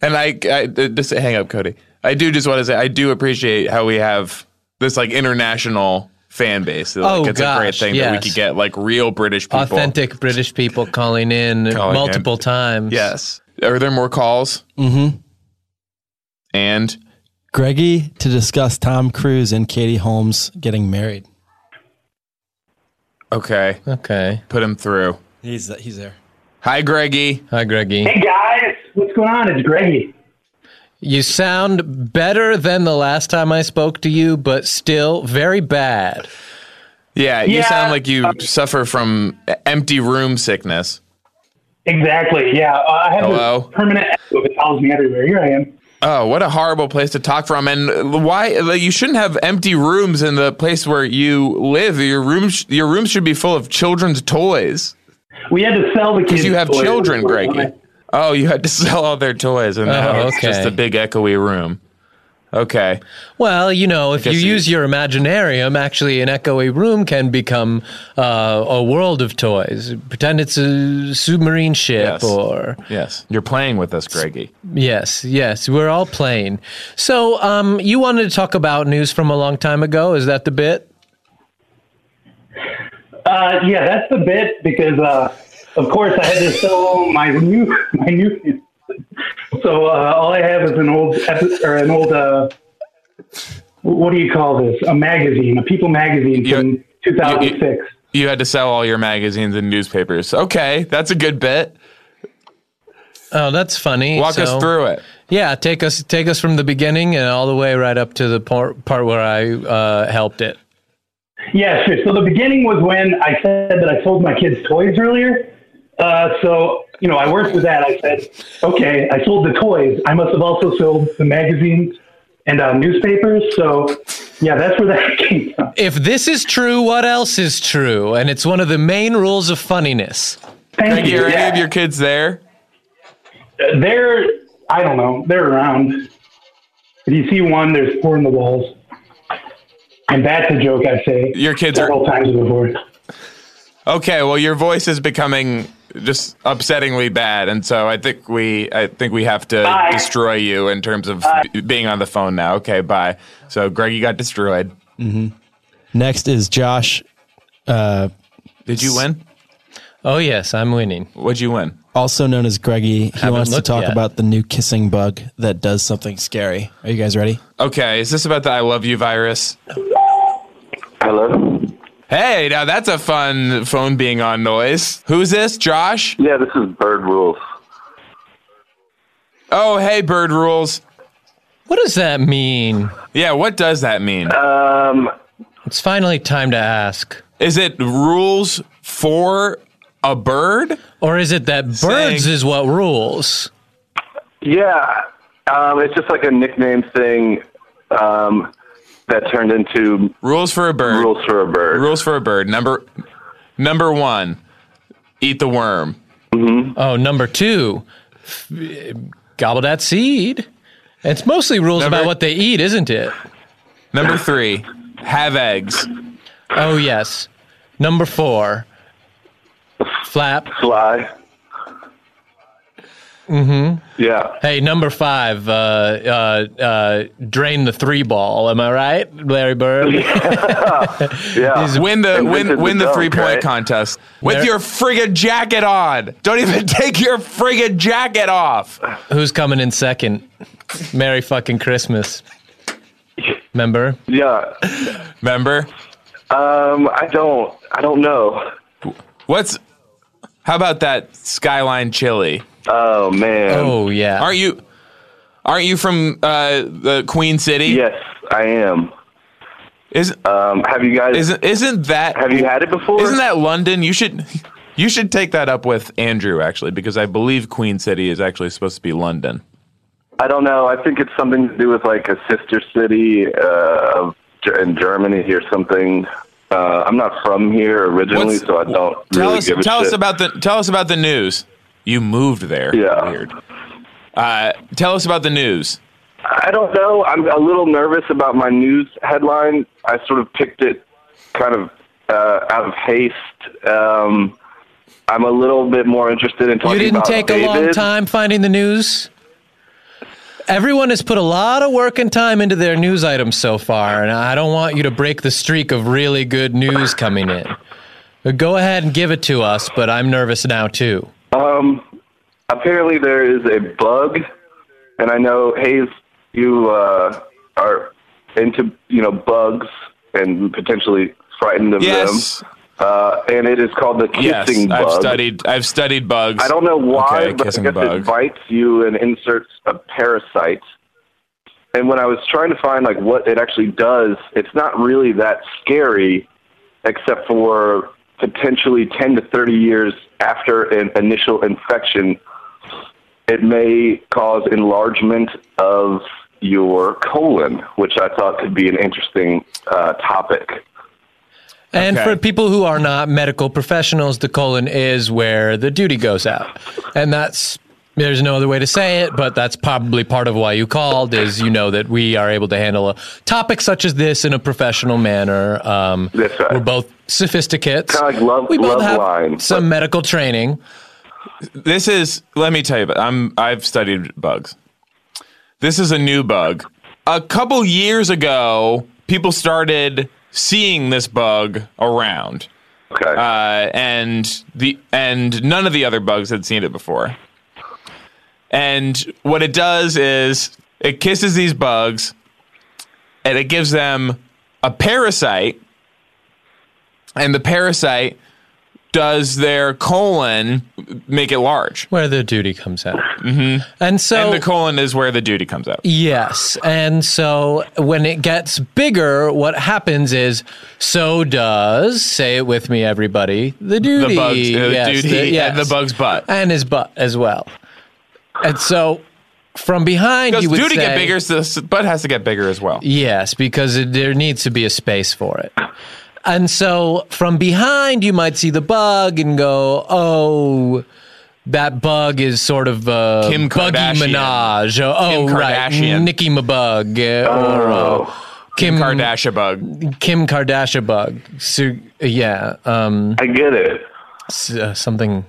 And I, I uh, just hang up, Cody. I do just want to say I do appreciate how we have this like international fan base. Like,
Oh,
it's a great
gosh,
thing that we
yes.
could get like real British people.
Authentic British people calling in
Calling in.
multiple times.
Yes. Are there more calls?
Mm-hmm.
And
Greggy to discuss Tom Cruise and Katie Holmes getting married.
okay,
Okay.
put him through.
He's he's there.
Hi, Greggy.
Hi, Greggy.
Hey guys, what's going on? It's Greggy.
You sound better than the last time I spoke to you, but still very bad.
Yeah, you
Yeah,
sound like you suffer from e-, empty room sickness.
Exactly. Yeah, uh, I have
Hello?
a permanent echo that follows me everywhere. Here I am.
Oh, what a horrible place to talk from! And why like, you shouldn't have empty rooms in the place where you live. Your room, sh- your room should be full of children's toys
We had to sell the kids.
because you have
toys.
children, Greggy. Oh, you had to sell all their toys, and now
Oh,
it's just
okay.
a big echoey room. Okay,
Well, you know, if you
guess it-
use your imaginarium, actually, an echoey room can become uh, a world of toys. Pretend it's a submarine ship
Yes.
or.
yes, you're playing with us, Greggy.
Yes, yes, we're all playing. So, um, you wanted to talk about news from a long time ago. Is that the bit?
Uh, yeah, that's the bit because, uh, of course, I had to sell my new my new. So uh, all I have is an old epi- or an old uh, what do you call this? A magazine, a People magazine from
You-
2006.
You had to sell all your magazines and newspapers. Okay, that's a good bit.
Oh, that's funny.
Walk
So-
us through it.
Yeah, take us take us from the beginning and all the way right up to the part, part where I uh, helped it.
Yeah, sure. So the beginning was when I said that I sold my kids toys earlier. Uh, so, you know, I worked with that. I said, okay, I sold the toys. I must have also sold the magazines and uh, newspapers. So, yeah, that's where that came from.
If this is true, what else is true? And it's one of the main rules of funniness.
Thank
Greggy,
you.
are any
Yeah.
of your kids there?
Uh, They're, I don't know, they're around. If you see one, there's four in the walls. And that's a joke, I say.
Your kids are
several times before.
Okay, well, your voice is becoming just upsettingly bad, and so I think we, I think we have to
Bye.
destroy you in terms of b- being on the phone now. Okay, bye. So, Greg, you got destroyed.
Mm-hmm.
Next is Josh. Uh,
Did you win?
Oh yes, I'm winning.
What'd you win?
also known as Greggy, he wants to
looked
talk
yet.
about the new kissing bug that does something scary. Are you guys ready?
Okay, is this about the "I love you" virus?
Hello?
Hey, now that's a fun phone being on noise. Who's this? Josh?
Yeah, this is Bird Rules.
Oh, hey, Bird Rules.
What does that mean?
Yeah, what does that mean?
Um,
It's finally time to ask.
Is it rules for a bird?
Or is it that birds
Saying-
is what rules?
yeah, um, it's just like a nickname thing um, that turned into
Rules for a bird.
Rules for a Bird.
Rules for a bird. Number number one, eat the worm.
Mm-hmm.
Oh, number two, f- gobble that seed. It's mostly rules
Number-
about what they eat, isn't it?
Number three, have eggs.
Oh yes. Number four, flap.
Fly. Mm-hmm. Yeah.
Hey, number five, uh, uh, uh, drain the three ball. Am I right, Larry Bird?
Yeah.
Win the
And
win
Vincent
win the
Dunk,
three point
right?
contest with
There-
your friggin' jacket on. Don't even take your friggin' jacket off.
Who's coming in second? Merry fucking Christmas. Remember?
Yeah.
Remember?
Um, I don't. I don't know.
What's how about that skyline chili?
Oh man.
Oh yeah.
Aren't you aren't you from uh, the Queen City?
Yes, I am.
Isn't
Um, have you guys?
isn't isn't that
have you had it before?
Isn't that London? You should you should take that up with Andrew actually, because I believe Queen City is actually supposed to be London.
I don't know. I think it's something to do with like a sister city uh, of Ger- in Germany or something. Uh, I'm not from here originally,
What's-
so I don't
Tell
really
us
give a
tell us
shit.
about the tell us about the news. You moved there.
Yeah.
Weird. Uh, tell us about the news.
I don't know. I'm a little nervous about my news headline. I sort of picked it kind of uh, out of haste. Um, I'm a little bit more interested in talking
you didn't
about
take
David.
a long time finding the news? Everyone has put a lot of work and time into their news items so far, and I don't want you to break the streak of really good news coming in. Go ahead and give it to us, but I'm nervous now too.
Um, apparently there is a bug, and I know Hayes, you uh, are into you know bugs and potentially frightened of
Yes.
them. Uh, and it is called the
Yes,
kissing bug.
I've studied. I've studied bugs.
I don't know why,
Okay,
but I
kissing
guess
bug.
it bites you and inserts a parasite. And when I was trying to find like what it actually does, it's not really that scary, except for potentially ten to thirty years after an initial infection, it may cause enlargement of your colon, which I thought could be an interesting uh, topic.
And
Okay.
for people who are not medical professionals, the colon is where the duty goes out. And that's there's no other way to say it, but that's probably part of why you called is you know that we are able to handle a topic such as this in a professional manner. Um, We're both sophisticates.
Kind of like love,
we both
love
have
line.
some medical training.
this is let me tell you about i'm i've studied bugs this is a new bug a couple years ago people started seeing this bug around
okay
uh, and the and none of the other bugs had seen it before and what it does is it kisses these bugs and it gives them a parasite and the parasite does their colon make it large
where the duty comes out
hmm
and so
and the colon is where the duty comes out
Yes. And so when it gets bigger, what happens is so does, say it with me, everybody, the duty.
the bugs uh, duty and the bug's butt
And his butt as well. And so from behind,
because
you would
duty get
say-
bigger so the s- butt has to get bigger as well
Yes, because it, there needs to be a space for it. And so from behind, you might see the bug and go, oh, that bug is sort of uh,
Kim
Buggy
Kardashian.
Minaj. Oh, oh
Kim
right.
Kardashian.
Nicki Mabug. uh, Or, uh,
Oh.
Kim,
Kardashian bug.
Kim Kardashian bug. So, yeah. Um,
I get it.
uh, something.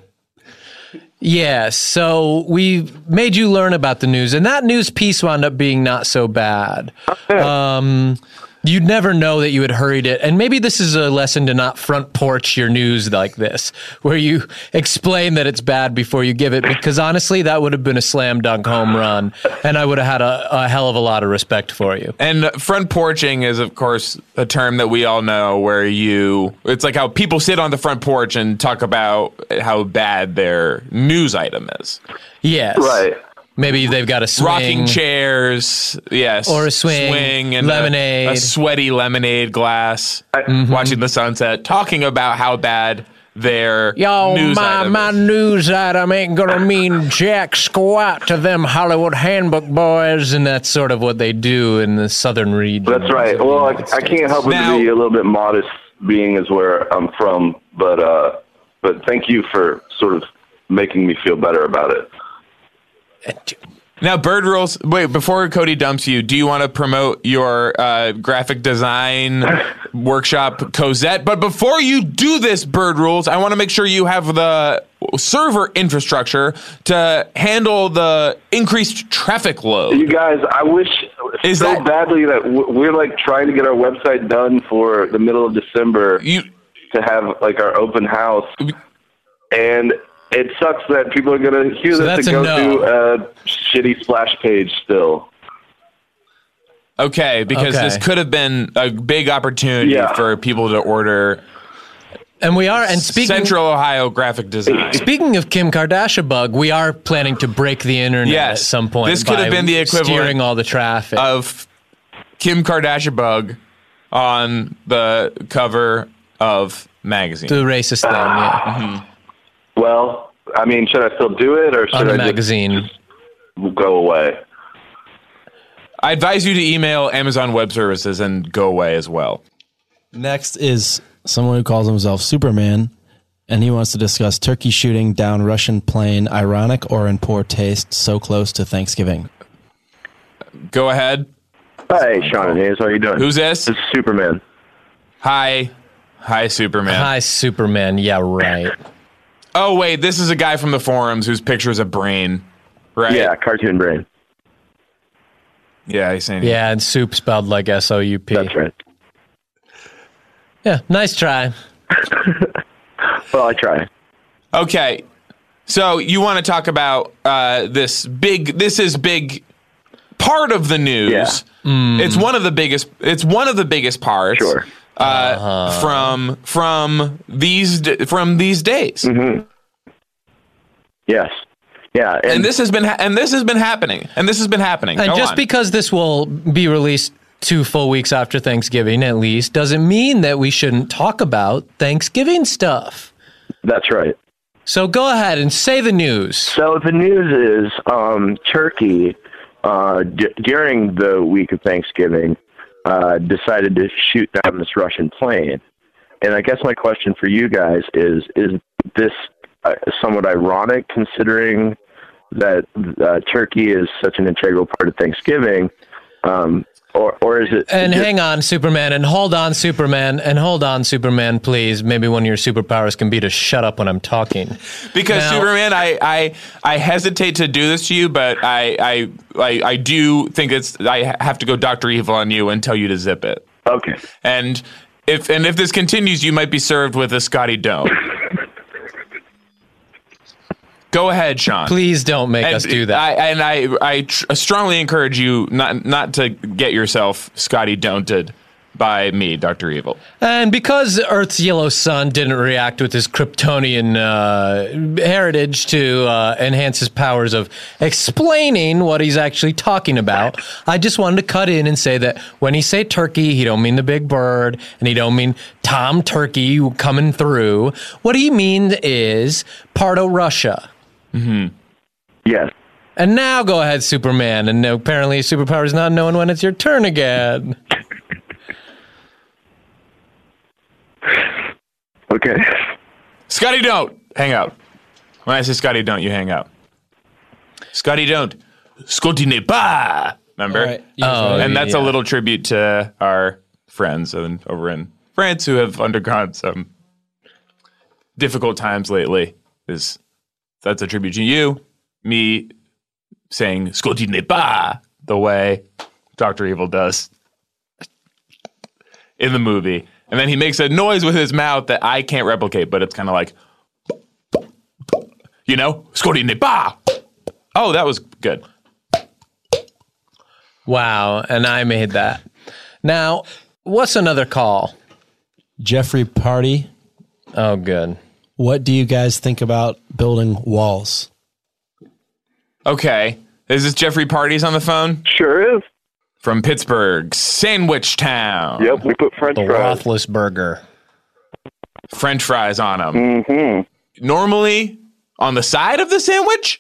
Yeah, so we made you learn about the news, and that news piece wound up being not so bad. Um, you'd never know that you had hurried it, and maybe this is a lesson to not front porch your news like this, where you explain that it's bad before you give it, because honestly, that would have been a slam dunk home run, and I would have had a, a hell of a lot of respect for you.
And front porching is, of course, a term that we all know where you, it's like how people sit on the front porch and talk about how bad their news item is.
Yes,
Right.
Maybe they've got a swing.
Rocking chairs, yes.
Or a swing,
and a-
lemonade. Mm-hmm.
A, sweaty lemonade glass, watching the sunset, talking about how bad their
Yo,
Oh,
news
my,
item
my news item ain't gonna mean jack squat to them Hollywood handbook boys.
and that's sort of what they do in the southern region.
That's right. Well, I, I can't help but be a little bit modest, being as where I'm from. But uh, but thank you for sort of making me feel better about it.
Now, Bird Rules. Wait, before Cody dumps you, do you want to promote your uh, graphic design workshop, Cosette? But before you do this, Bird Rules, I want to make sure you have the server infrastructure to handle the increased traffic load.
You guys, I wish
Is
so
that-
badly that w- we're like trying to get our website done for the middle of December to have like our open house, and it sucks that people are going to hear
So
this
that's
and go
a no.
to a shitty splash page still.
Okay, because
Okay.
this could have been a big opportunity for people to order
And we are. And speaking
Central Ohio graphic design.
speaking of Kim Kardashian bug, we are planning to break the internet
Yes.
at some point.
This could
by
have been the equivalent
steering all the traffic.
of Kim Kardashian bug on the cover of magazine. Mm-hmm.
The racist thing, yeah.
Well, I mean, should I still do it or should
On the
I
magazine
just go away?
I advise you to email Amazon Web Services and go away as well.
Next is someone who calls himself Superman, and he wants to discuss turkey shooting down Russian plane, ironic or in poor taste, so close to Thanksgiving.
Go ahead.
Hey, Sean and Hayes, how you doing?
Who's this? It's
Superman.
Hi. Hi, Superman.
Hi, Superman. Yeah, right.
Oh, wait, this is a guy from the forums whose picture is a brain, right?
Yeah, cartoon brain.
Yeah, I seen
Yeah, and soup spelled like S O U P. That's
right.
Yeah, nice try.
well, I try.
Okay. So you want to talk about uh, this big? This is big part of the news. Mm. It's one of the biggest. It's one of the biggest parts. Sure. Uh,
Uh-huh.
From from these d- from these days.
Mm-hmm. Yes. Yeah. And,
this has been ha- and this has been happening. And this has been happening.
And
Go
just
on.
because this will be released two full weeks after Thanksgiving, at least, doesn't mean that we shouldn't talk about Thanksgiving stuff.
That's right.
So go ahead and say the news.
So the news is um, Turkey uh, d- during the week of Thanksgiving uh, decided to shoot down this Russian plane, and I guess my question for you guys is: Is this uh, somewhat ironic, considering that uh, Turkey is such an integral part of Thanksgiving, um, or or is it?
And
is it-
hang on, Superman, and hold on, Superman, and hold on, Superman, please. Maybe one of your superpowers can be to shut up when I'm talking.
Because
Now-
Superman, I, I I hesitate to do this to you, but I I, I I do think it's I have to go Doctor Evil on you and tell you to zip it.
Okay.
And if and if this continues, you might be served with a Scotty Dome. go ahead, Sean.
Please don't make
And
us do that.
I, and I I tr- strongly encourage you not not to get yourself Scotty Don'ted by me, Doctor Evil.
And because Earth's yellow sun didn't react with his Kryptonian uh, heritage to uh, enhance his powers of explaining what he's actually talking about, I just wanted to cut in and say that when he say turkey, he don't mean the big bird, and he don't mean Tom Turkey coming through. What he means is part of Russia.
Mm-hmm.
Yes.
And now go ahead, Superman. And apparently, superpower is not knowing when it's your turn again.
Okay.
Scotty, don't hang out. When I say Scotty, don't you hang out? Scotty, don't. Scotty ne pas. Remember? Um,
All right. Yeah, Oh, sorry.
and that's a
yeah.
little tribute to our friends in, over in France who have undergone some difficult times lately. Is that's a tribute to you, me saying Scotty ne pas the way Doctor Evil does in the movie. And then he makes a noise with his mouth that I can't replicate, but it's kind of like, you know, Scotty ne pas. Oh, that was good.
Wow, and I made that. Now, what's another call?
Jeffrey Party.
Oh, good.
What do you guys think about building walls?
Okay. Is this Jeffrey Parties on the phone?
Sure is.
From Pittsburgh, Sandwich Town.
Yep, we put French
The fries. Roethlisberger.
French fries on them. Mm-hmm. Normally on the side of the sandwich.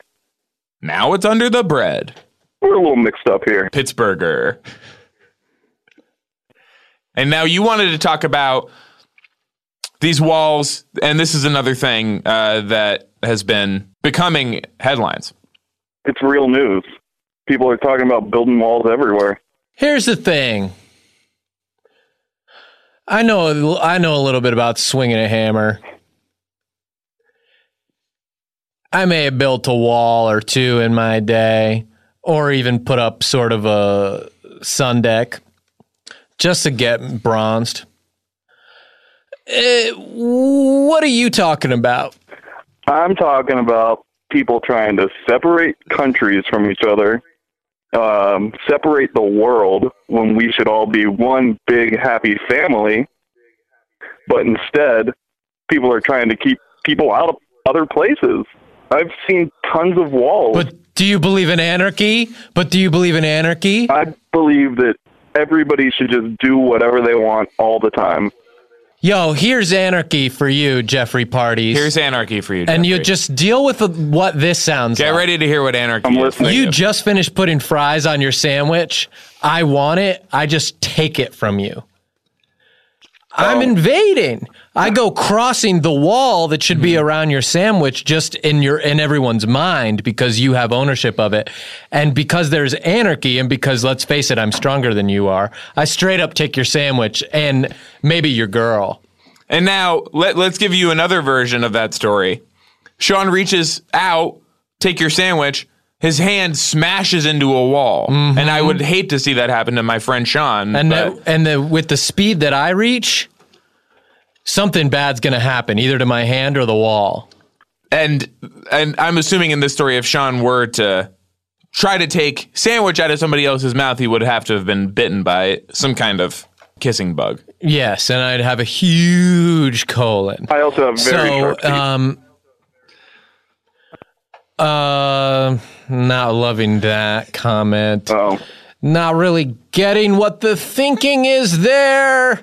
Now it's under the bread.
We're a little mixed up here.
Pittsburgher. And now you wanted to talk about these walls, and this is another thing uh, that has been becoming headlines.
It's real news. People are talking about building walls everywhere.
Here's the thing. I know I know a little bit about swinging a hammer. I may have built a wall or two in my day or even put up sort of a sun deck just to get bronzed. Eh, what are you talking about?
I'm talking about people trying to separate countries from each other, um, separate the world when we should all be one big happy family. But instead, people are trying to keep people out of other places. I've seen tons of walls. But
Do you believe in anarchy? But do you believe in anarchy?
I believe that everybody should just do whatever they want all the time.
Yo, here's anarchy for you, Jeffrey Parties.
Here's anarchy for you.
and you
Jeffrey.
just deal with the- what this sounds
get
like.
ready to hear what anarchy. is.
You just finished putting fries on your sandwich. I want it. I just take it from you. I'm invading. I go crossing the wall that should be around your sandwich just in your in everyone's mind because you have ownership of it. And because there's anarchy and because let's face it, I'm stronger than you are. I straight up take your sandwich and maybe your girl.
And now let, let's give you another version of that story. Sean reaches out, take your sandwich, his hand smashes into a wall, and I would hate to see that happen to my friend Sean.
Mm-hmm. And
but-
the, and the with the speed that I reach, something bad's gonna happen either to my hand or the wall.
and and I'm assuming in this story, if Sean were to try to take sandwich out of somebody else's mouth, he would have to have been bitten by some kind of kissing bug.
Yes, and I'd have a huge colon.
I also have
so,
very sharp teeth.
um, uh, not loving that comment.
Oh,
not really getting what the thinking is there.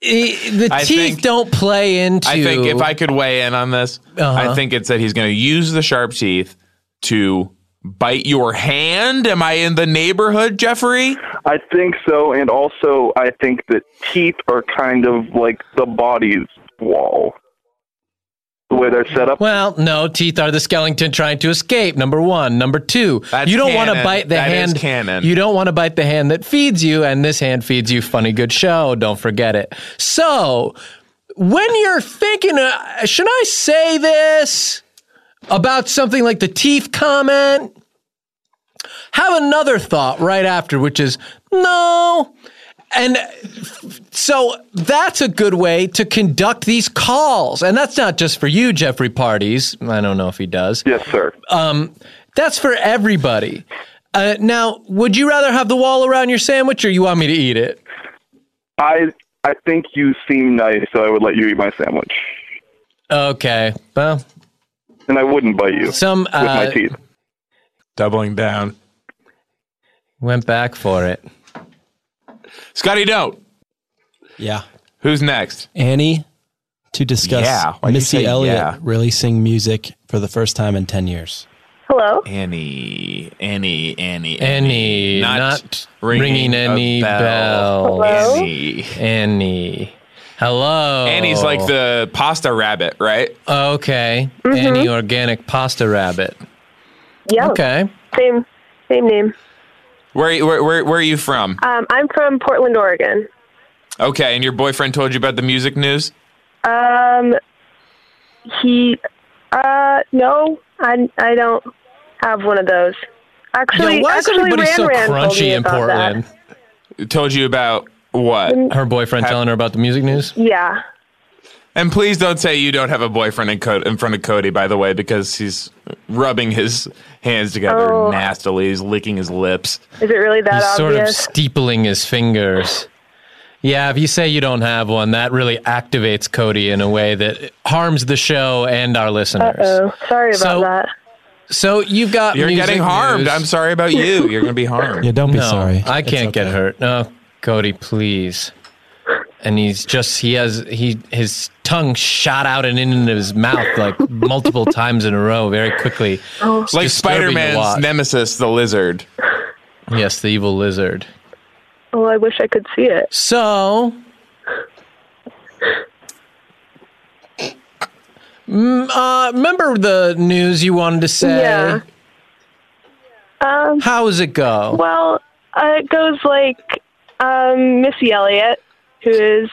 I- The
I
teeth
think-
don't play into.
I think if I could weigh in on this,
Uh-huh.
I think it's that he's going to use the sharp teeth to bite your hand. Am I in the neighborhood, Jeffrey?
I think so, and also I think that teeth are kind of like the body's wall. The way they're set up.
Well, no, teeth are the skeleton trying to escape. Number one, number two, you don't want to
canon.
bite the
That is
hand.
canon.
You don't want to bite the hand that feeds you, and this hand feeds you. Funny, good show. Don't forget it. So, when you're thinking, uh, should I say this about something like the teeth comment? Have another thought right after, which is no. And so that's a good way to conduct these calls. And that's not just for you, Jeffrey Parties. I don't know if he does.
Yes, sir.
Um, that's for everybody. Uh, now, would you rather have the wall around your sandwich or you want me to eat it?
I I think you seem nice, so I would let you eat my sandwich,
Okay. Well,
and I wouldn't bite you
Some,
with my
uh,
teeth.
Doubling down.
went back for it.
Scotty, don't.
Yeah.
Who's next?
Annie to discuss
Yeah, why'd you
Missy
say
Elliott
yeah?
releasing music for the first time in 10 years.
Hello.
Annie, Annie, Annie,
Annie, not, ringing, any bell.
Annie.
Annie. Hello.
Annie's like the pasta rabbit, right?
Oh. Okay.
Mm-hmm.
Annie Organic Pasta Rabbit.
Yeah.
Okay.
Same, same name.
Where, where, where, where are you from?
Um, I'm from Portland, Oregon.
Okay, and your boyfriend told you about the music news?
Um, he, uh, no, I, I don't have one of those. Actually,
Yo, why is
actually,
everybody
Ran
so
Ran told me
crunchy in
about Mm.
Portland?
Told you about what?
Her boyfriend telling her about the music news?
That. Yeah.
And please don't say you don't have a boyfriend in, Co- in front of Cody, by the way, because he's rubbing his hands together
Oh.
nastily. He's licking his lips.
Is it really that
He's sort of
obvious?
steepling his fingers. Yeah, if you say you don't have one, that really activates Cody in a way that harms the show and our
Uh
listeners.
oh. Sorry about
So-
that.
So you've got
You're
music
getting harmed.
news.
I'm sorry about you. You're going to be harmed.
Yeah, don't be
No,
sorry.
I can't get hurt. No, Cody, please. And he's just he has he his tongue shot out and into his mouth like multiple times in a row, very quickly. It's
like
disturbing to
Spider Man's
watch.
nemesis, the lizard.
yes, the evil lizard.
Well, Oh, I wish I could see it.
So, mm, uh, remember the news you wanted to say?
Yeah. Um,
How does it go?
Well, uh, it goes like um, Missy Elliott, who is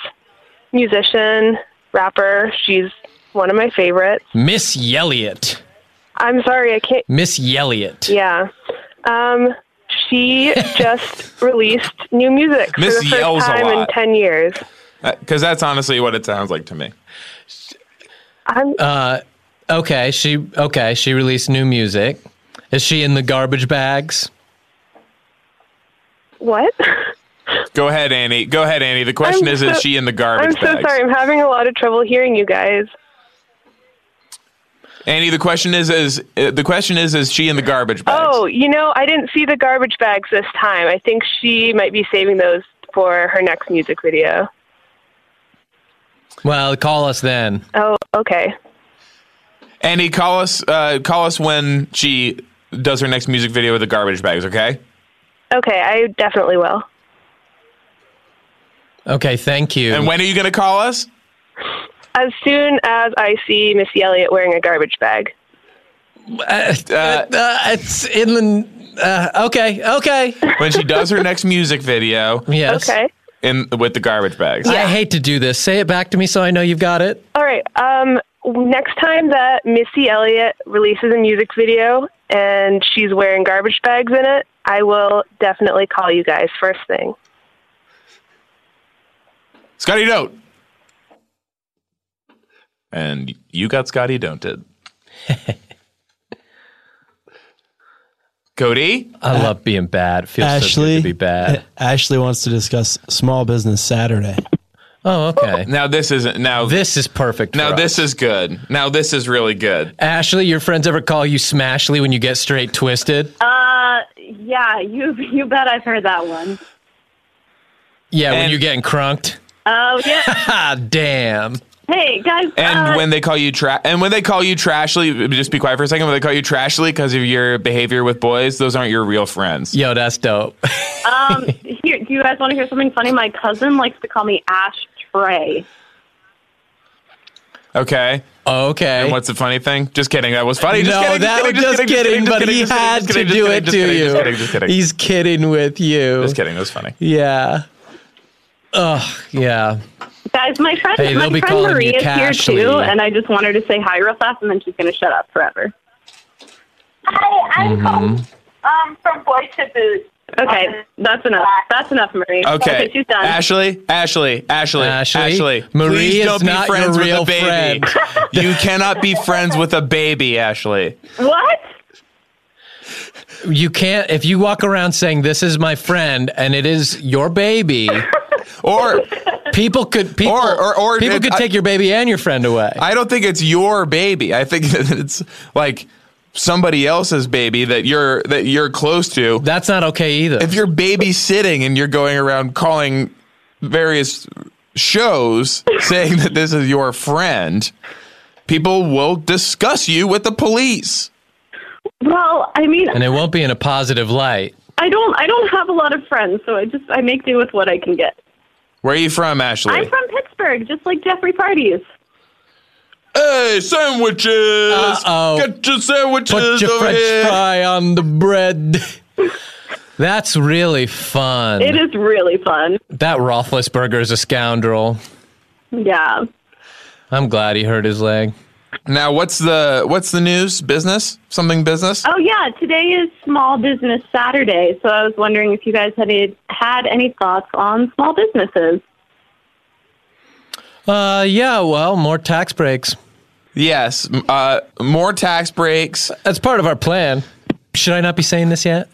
musician, rapper. She's one of my favorites.
Miss Elliott.
I'm sorry, I can't.
Miss Elliott.
Yeah. Um, she just released new music for
Miss
the
yells
first
a
time in
lot.
10 years.
Because Uh, that's honestly what it sounds like to me.
I'm,
Uh, okay, she okay. She released new music. Is she in the garbage bags?
what?
Go ahead, Annie. Go ahead, Annie. The question
I'm
is is
so-
she in the
I'm
garbage
so
bags?
sorry. I'm having a lot of trouble hearing you guys.
Annie, the question is is uh, the question is is she in the garbage bag?
Oh, you know, I didn't see the garbage bags this time. I think she might be saving those for her next music video.
Well, call us then.
Oh, okay.
Annie, call us uh, call us when she does her next music video with the garbage bags, okay?
Okay, I definitely will.
Okay, thank you.
And when are you going to call us?
As soon as I see Missy Elliott wearing a garbage bag.
Uh, uh, it's inland. Uh, okay, okay.
When she does her next music video
Yes.
Okay.
in with the garbage bags.
I hate to do this. Say it back to me so I know you've got it.
All right. Um, next time that Missy Elliott releases a music video, and she's wearing garbage bags in it, I will definitely call you guys first thing.
Scotty Don't. And you got Scotty Don'ted. Cody?
I love being bad. It feels
Ashley
so good to be bad.
Ashley wants to discuss small business Saturday.
Oh, okay.
Now this isn't now
this is perfect.
Now
for
this is good. Now this is really good.
Ashley, your friends ever call you Smashly when you get straight twisted?
Uh, yeah, you you bet I've heard that one.
Yeah, when you're getting crunked.
Oh yeah.
Ah, damn.
hey guys.
And
uh,
when they call you trash, and when they call you trashly, just be quiet for a second. When they call you trashly because of your behavior with boys, those aren't your real friends.
Yo, that's dope.
um, here, do you guys want to hear something funny? My cousin likes to call me Ash Trey.
Okay.
Okay.
And what's the funny thing? Just kidding. That was funny.
no,
Just kidding,
that
just
was
kidding, just kidding,
but
just kidding,
he
just kidding,
had
just kidding,
to
just
do
kidding,
it to you.
just kidding, Just kidding. Just kidding.
He's kidding with you.
Just kidding. That was funny.
Yeah. Ugh. Yeah.
Guys, my friend,
Hey,
my
they'll be
friend
calling
Marie
you
is here
Cashly.
too, and I just want her to say hi real fast, and then she's gonna shut up forever.
Hi, I'm
Mhm.
um from Boys to Boots.
Okay, that's enough. That's enough, Marie.
Okay.
she's done.
Ashley, Ashley, Ashley, Ashley,
Marie
please
is
don't
not
be
your
friends
real
with a baby. you cannot be friends with a baby, Ashley.
What?
You can't if you walk around saying this is my friend and it is your baby.
or
people could people
Or- or- or-
people could
I-
take your baby and your friend away.
I don't think it's your baby. I think that it's like somebody else's baby that you're that you're close to.
That's not okay either.
If you're babysitting and you're going around calling various shows saying that this is your friend, people will discuss you with the police.
Well, I mean,
And it won't be in a positive light.
I don't, I don't have a lot of friends, so I just, I make do with what I can get.
Where are you from, Ashley?
I'm from Pittsburgh, just like Jeffrey Parties.
Hey, sandwiches!
Uh-oh.
Get your sandwiches
Put your
over
French
here.
fry on the bread. That's really fun.
It is really fun.
That Roethlisberger is a scoundrel.
Yeah.
I'm glad he hurt his leg.
Now, what's the what's the news? Business? Something business?
Oh yeah, today is Small Business Saturday, so I was wondering if you guys had any, had any thoughts on small businesses.
Uh, yeah. Well, more tax breaks.
Yes. m- Uh, more tax breaks.
That's part of our plan. Should I not be saying this yet?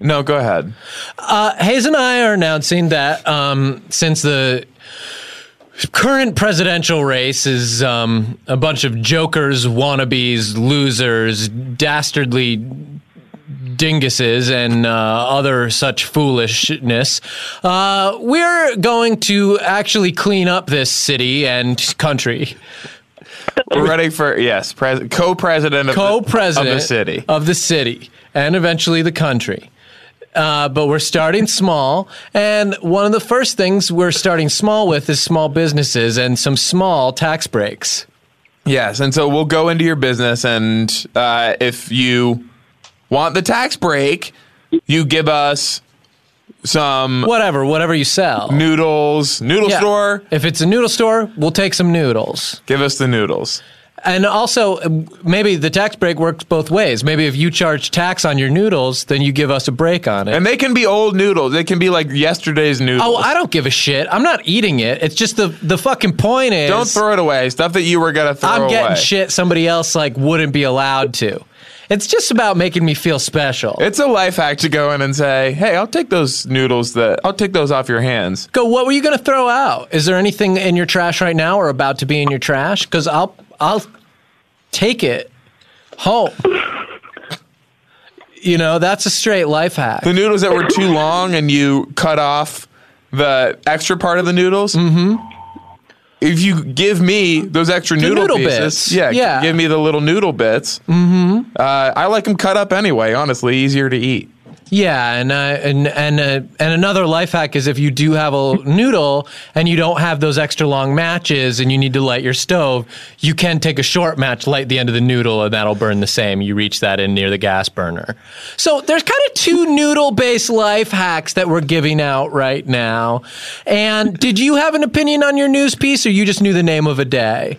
No, go ahead.
Uh, Hayes and I are announcing that um, since the current presidential race is um, a bunch of jokers, wannabes, losers, dastardly dinguses, and uh, other such foolishness, uh, we're going to actually clean up this city and country.
We're running for yes, pres- co-president of the-
co-president
of the city.
of the city, and eventually the country. Uh, but we're starting small, and one of the first things we're starting small with is small businesses and some small tax breaks.
Yes, and so we'll go into your business, and uh, if you want the tax break, you give us some
whatever, whatever you sell,
noodles, noodle
Yeah.
store.
If it's a noodle store, we'll take some noodles.
Give us the noodles.
And also, uh, maybe the tax break works both ways. Maybe if you charge tax on your noodles, then you give us a break on it.
And they can be old noodles. They can be like yesterday's noodles.
Oh, I don't give a shit. I'm not eating it. It's just the the fucking point is
Don't throw it away. Stuff that you were gonna throw
I'm getting
away.
shit somebody else like wouldn't be allowed to. It's just about making me feel special.
It's a life hack to go in and say, "Hey, I'll take those noodles. That I'll take those off your hands."
Go, what were you going to throw out? Is there anything in your trash right now or about to be in your trash? Cuz I'll I'll take it home. you know, that's a straight life hack.
The noodles that were too long, and you cut off the extra part of the noodles. Mm-hmm. If you give me those extra
The
noodle,
noodle
pieces,
bits.
yeah, g-
Yeah.
give me the little noodle bits.
Mhm.
Uh, I like them cut up anyway. Honestly, easier to eat.
Yeah, and uh, and and uh, and another life hack is if you do have a noodle and you don't have those extra long matches and you need to light your stove, you can take a short match, light the end of the noodle, and that'll burn the same. You reach that in near the gas burner. So there's kind of two noodle-based life hacks that we're giving out right now. And did you have an opinion on your news piece, or you just knew the name of a day?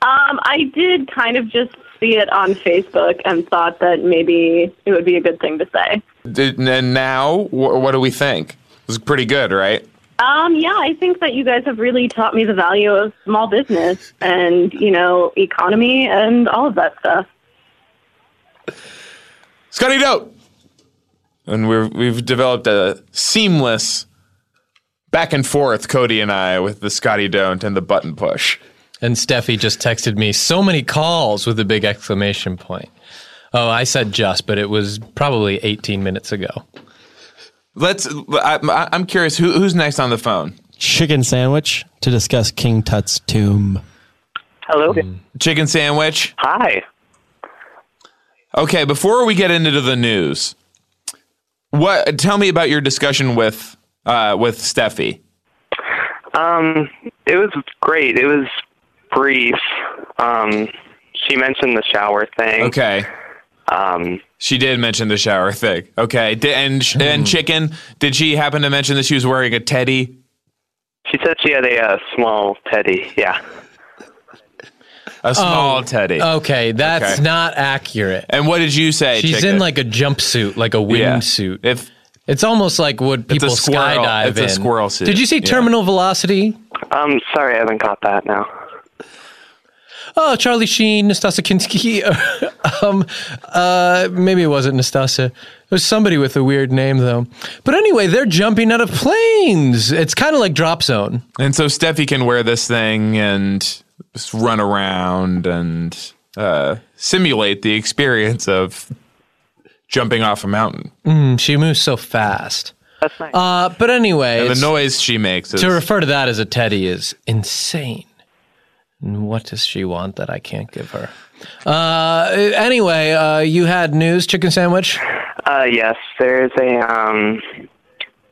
Um, I did kind of just see it on Facebook and thought that maybe it would be a good thing to say.
Did- And now, wh- what do we think? It was pretty good, right?
Um, yeah, I think that you guys have really taught me the value of small business and, you know, economy and all of that stuff.
Scotty Dope. And we're, we've developed a seamless back and forth, Cody and I, with the Scotty Don't and the button push.
And Steffi just texted me so many calls with a big exclamation point. Oh, I said just, but it was probably 18 minutes ago.
Let's. I, I- I'm curious who, who's next on the phone.
Chicken sandwich to discuss King Tut's tomb.
Hello. Chicken sandwich.
Hi.
Okay, before we get into the news, what? Tell me about your discussion with uh, with Steffi.
Um, it was great. It was brief. Um, she mentioned the shower thing.
Okay.
Um,
she did mention the shower thing. Okay, Di- and sh- and chicken. Did she happen to mention that she was wearing a teddy?
She said she had a uh, small teddy. Yeah.
A small
Oh,
teddy.
Okay, that's
Okay.
not accurate.
And what did you say?
She's
chicken?
in like a jumpsuit, like a
Yeah.
windsuit.
If
it's almost like what
a
people
squirrel-
skydive
it's a
in.
squirrel suit,
Did you see
yeah.
terminal velocity?
Um, sorry, I haven't got that now.
Oh, Charlie Sheen, Nastasa Kinski. um, uh, maybe it wasn't Nastasa. It was somebody with a weird name, though. But anyway, they're jumping out of planes. It's kind of like Drop Zone.
And so Steffi can wear this thing and just run around and uh, simulate the experience of jumping off a mountain.
Mm, she moves so fast. That's nice. Uh, but anyway,
And the noise she makes is
to refer to that as a teddy is insane. And what does she want that I can't give her? Uh, anyway, uh, you had news, chicken sandwich.
Uh, yes, there's a um,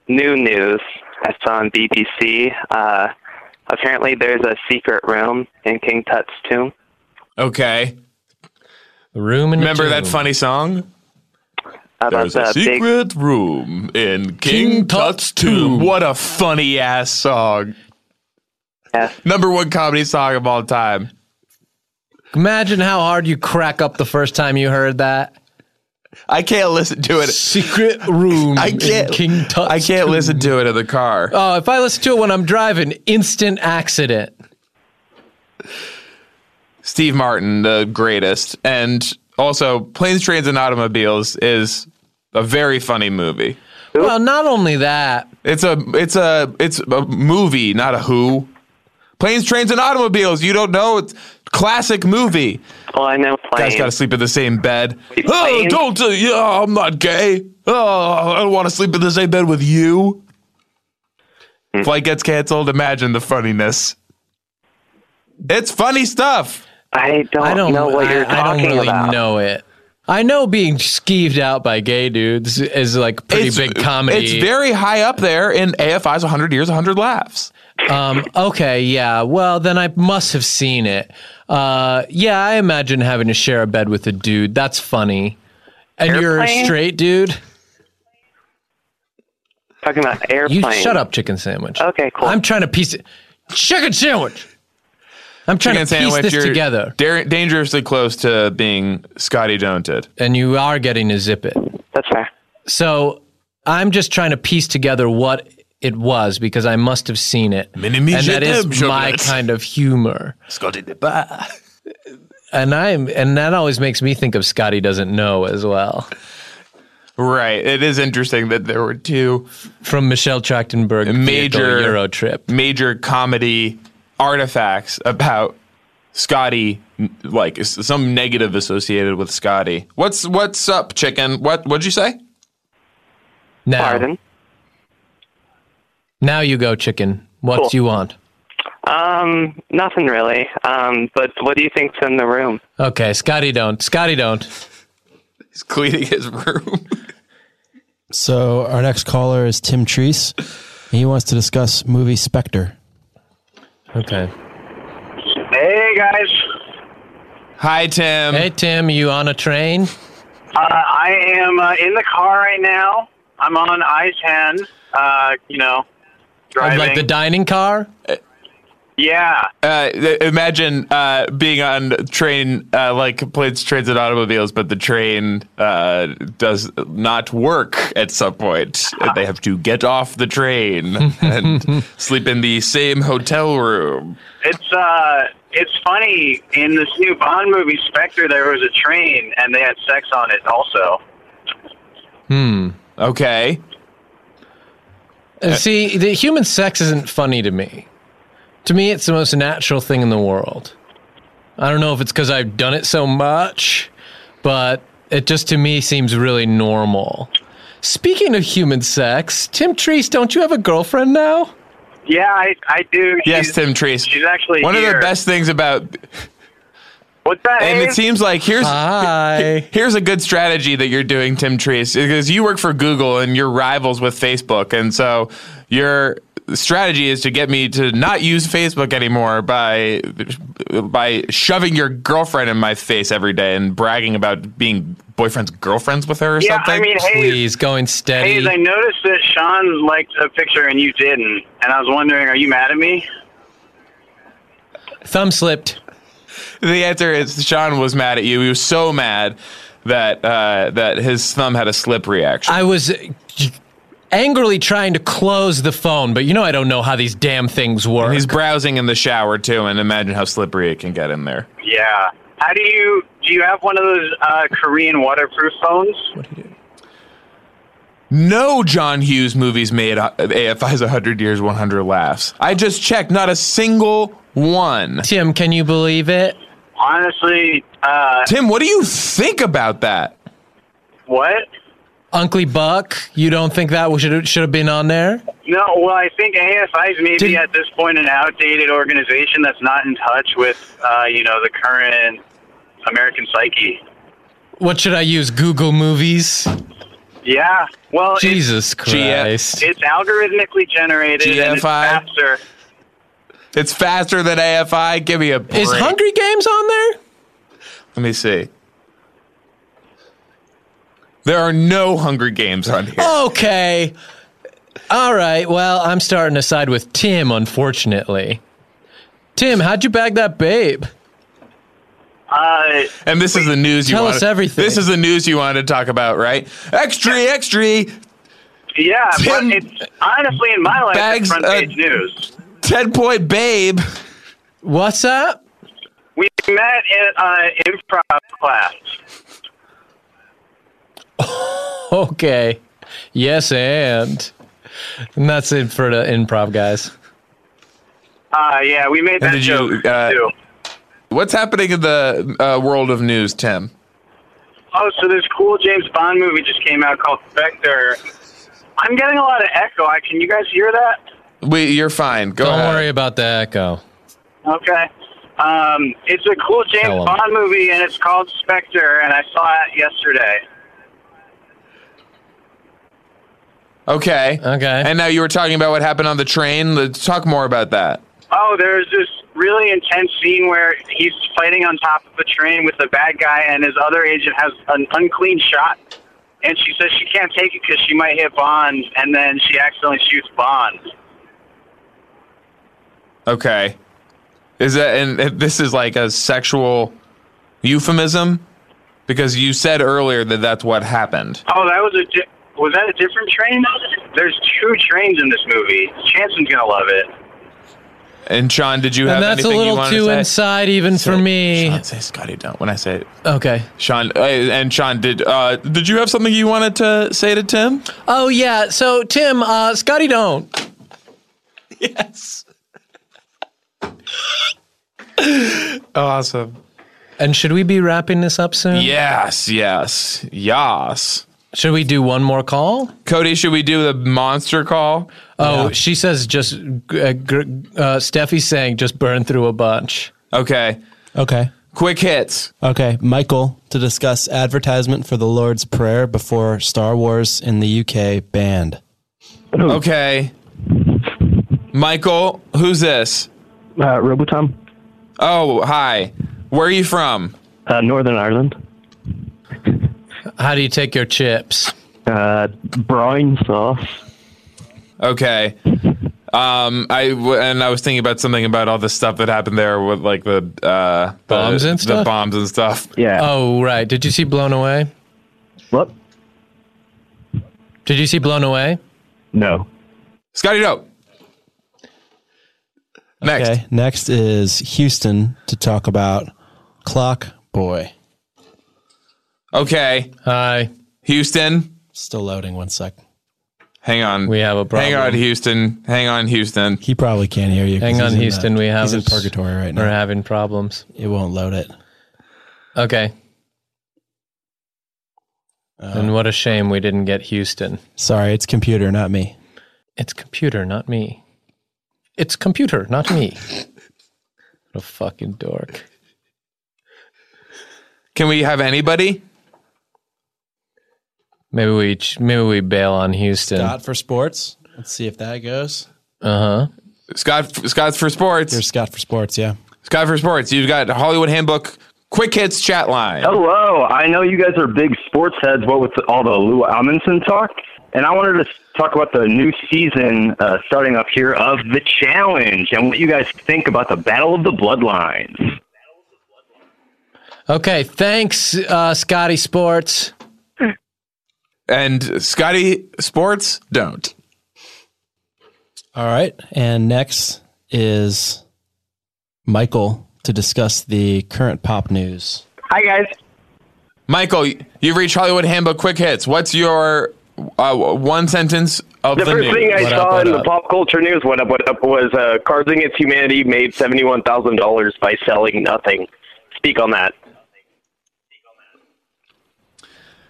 new news I saw on BBC. Uh, apparently, there's a secret room in King Tut's tomb.
okay.
The room in
Remember
the
that
tomb.
funny song?
About
There's a
the big-
secret room in King, Tut's tomb. What a funny ass song! Number one comedy song of all time.
Imagine how hard you crack up the first time you heard that.
I can't listen to it.
Secret room.
I can't.
King Tut's
I can't listen to it in the car.
Oh, if I listen to it when I'm driving, instant accident.
Steve Martin, the greatest, and also Planes, Trains, and Automobiles is a very funny movie.
Well, not only that,
it's a it's a it's a movie, not a who. Planes, Trains, and Automobiles. You don't know it's classic movie.
Well, Oh, I know planes.
Guys got to sleep in the same bed. Oh, don't! Uh, yeah, I'm not gay. Oh, I don't want to sleep in the same bed with you.
Hmm.
Flight gets canceled. Imagine the funniness. It's funny stuff.
I don't,
I don't
know what you're
I, I
talking
don't really
about.
know it. I know being skeeved out by gay dudes is like pretty big comedy.
It's very high up there in AFI's 100 Years, 100 Laughs.
Um, okay, yeah. Well, then I must have seen it. Uh, yeah, I imagine having to share a bed with a dude. That's funny. And you're a
Airplane?
straight dude.
Talking about
You
airplanes.
shut up, chicken sandwich.
Okay, cool.
I'm trying to piece it. Chicken sandwich. I'm trying
Chicken
to piece this together.
dar- dangerously close to being Scotty Don'ted.
and you are getting to zip it.
That's fair.
So I'm just trying to piece together what it was because I must have seen it.
Minimise
and that is
them,
my
chocolates.
kind of humor.
Scotty the Bar.
And I'm and that always makes me think of Scotty doesn't know as well.
Right. It is interesting that there were two
from Michelle Trachtenberg
major
Euro trip,
major comedy artifacts about Scotty, n- like s- some negative associated with Scotty. What's what's up, chicken? What what'd you say?
Now,
Pardon?
now you go, chicken. What
Cool.
do you want?
Um, nothing really. Um, but what do you think's in the room?
Okay, Scotty, don't. Scotty, don't.
He's cleaning his room.
So our next caller is Tim Treese. He wants to discuss movie Spectre.
Okay.
Hey guys,
Hi, Tim.
Hey, Tim. You on a train?
uh, I am uh, in the car right now. I'm on I-10. Uh, you know,
Of,
driving.
Like the dining car?
Yeah.
Uh, th- imagine uh, being on train uh, like planes, trains, and automobiles, but the train uh, does not work at some point. And they have to get off the train and sleep in the same hotel room.
It's uh, it's funny in this new Bond movie Spectre, there was a train and they had sex on it also.
Hmm. Okay.
Uh, See, the human sex isn't funny to me. To me, it's the most natural thing in the world. I don't know if it's because I've done it so much, but it just to me seems really normal. Speaking of human sex, Tim Treese, don't you have a girlfriend now?
Yeah, I I do.
Yes, Tim Treese.
She's actually
One of
here.
the best things about
What's that?
And
Abe?
it seems like here's he- here's a good strategy that you're doing, Tim Treese, because you work for Google and you're rivals with Facebook, and so your strategy is to get me to not use Facebook anymore by by shoving your girlfriend in my face every day and bragging about being boyfriends girlfriends with her or
Yeah, I
something.
mean, hey- Please,
going
Hey, I noticed that Sean liked a picture and you didn't, and I was wondering, are you mad at me?
Thumb slipped.
The answer is Sean was mad at you. He was so mad that uh, that his thumb had a slip reaction.
I was angrily trying to close the phone, but you know I don't know how these damn things work.
He's browsing in the shower too, and imagine how slippery it can get in there.
Yeah. How do you do? You have one of those uh, Korean waterproof phones?
No John Hughes movies made uh, AFI's 100 Years, 100 Laughs. I just checked, not a single one.
Tim, can you believe it?
Honestly, uh,
Tim, what do you think about that?
what?
Uncle Buck, you don't think that should should have been on there?
No, well, I think AFI is maybe at this point an outdated organization that's not in touch with, uh, you know, the current American psyche.
What should I use? Google Movies?
Yeah. Well, it's,
Jesus Christ.
it's algorithmically generated and it's
GFI.
faster.
It's faster than AFI. Give me a break.
Is Hungry Games on there?
Let me see. There are no Hunger Games on here.
Okay. All right. Well, I'm starting to side with Tim, unfortunately. Tim, how'd you bag that babe?
Uh,
and this is the news you
Tell
wanted-
us everything.
This is the news you wanted to talk about, right? Extra, extra.
Yeah,
Tim
but it's honestly in my life
bags,
it's front
uh,
page news.
Ten point babe.
What's up?
We met in uh, improv class.
Okay. Yes, and. And that's it for the improv, guys.
Uh, yeah, we made that
And did
joke
you? Uh,
too.
What's happening in the uh, world of news, Tim?
Oh, so this cool James Bond movie just came out called Spectre. I'm getting a lot of echo. I, can you guys hear that?
We, you're fine. Go
Don't
ahead.
worry about the echo.
Okay. Um, it's a cool James
Tell 'em.
Bond movie, and it's called Spectre, and I saw it yesterday.
Okay.
Okay.
And now you were talking about what happened on the train. Let's talk more about that.
Oh, there's this really intense scene where he's fighting on top of a train with the bad guy, and his other agent has an unclean shot, and she says she can't take it because she might hit Bond, and then she accidentally shoots Bond.
Okay. Is that and and this is like a sexual euphemism because you said earlier that that's what happened.
Oh, that was a di- was that a different train? There's two trains in this movie. Chanson's gonna love it.
And Sean, did you have
and that's a
anything you
little
wanted
too
to say?
inside even for me.
Sean, say Scotty, don't. When I say it,
Okay.
Sean uh, and Sean, did uh, did you have something you wanted to say to Tim?
Oh yeah. So Tim, uh, Scotty, don't. Yes.
awesome.
And should we be wrapping this up soon?
Yes, yes, yes.
Um, Should we do one more call?
Cody, should we do the monster call?
Oh, she says just. Uh, gr- uh, Steffi's saying just burn through a bunch.
Okay.
Okay.
Quick hits.
Okay, Michael, to discuss advertisement for the Lord's Prayer before Star Wars in the UK banned.
Okay. Michael, who's this?
Uh, Robotom,
Oh, hi. Where are you from?
uh, Northern Ireland.
How do you take your chips?
Uh, brine sauce.
Okay. Um, I w- and I was thinking about something about all the stuff that happened there with like the uh, the-
Bombs and
the
stuff?
bombs and stuff.
Yeah. Oh, right. Did you see Blown Away?
What?
Did you see Blown Away?
No.
Scotty Dope. Next.
Okay. Next is Houston to talk about Clock Boy.
Okay.
Hi.
Houston.
Still loading. One sec.
Hang on. We
have a
problem. Hang on, Houston. Hang on, Houston.
He probably can't hear you. 'cause
Hang
he's
on,
in
Houston.
the-
we have
He's in purgatory right
We're
now.
having problems.
It won't load it.
Okay.
Uh,
and what a shame we didn't get Houston.
Sorry, it's computer, not me.
It's computer, not me. It's computer, not me. what a fucking dork.
Can we have anybody?
Maybe we ch- maybe we bail on Houston. Uh
Scott for sports. Let's see if that goes.
huh.
Scott Scott's for sports. Here's
Scott for sports. Yeah.
Scott for sports. You've got Hollywood Handbook Quick Hits chat line.
Oh.
Hello. I know you guys are big sports heads, what with all the Lou Amundsen talk. And I wanted to talk about the new season uh, starting up here of The Challenge and what you guys think about the Battle of the Bloodlines.
Okay. Thanks, uh, Scotty Sports.
And Scotty sports don't.
All right. And next is Michael to discuss the current pop news.
Hi guys.
Michael, you've reached Hollywood Handbook Quick Hits. What's your uh, one sentence of the,
the first
news?
thing I saw in the pop culture news, what up, what up, was uh, Cards Against Humanity made seventy-one thousand dollars by selling nothing. Speak on that.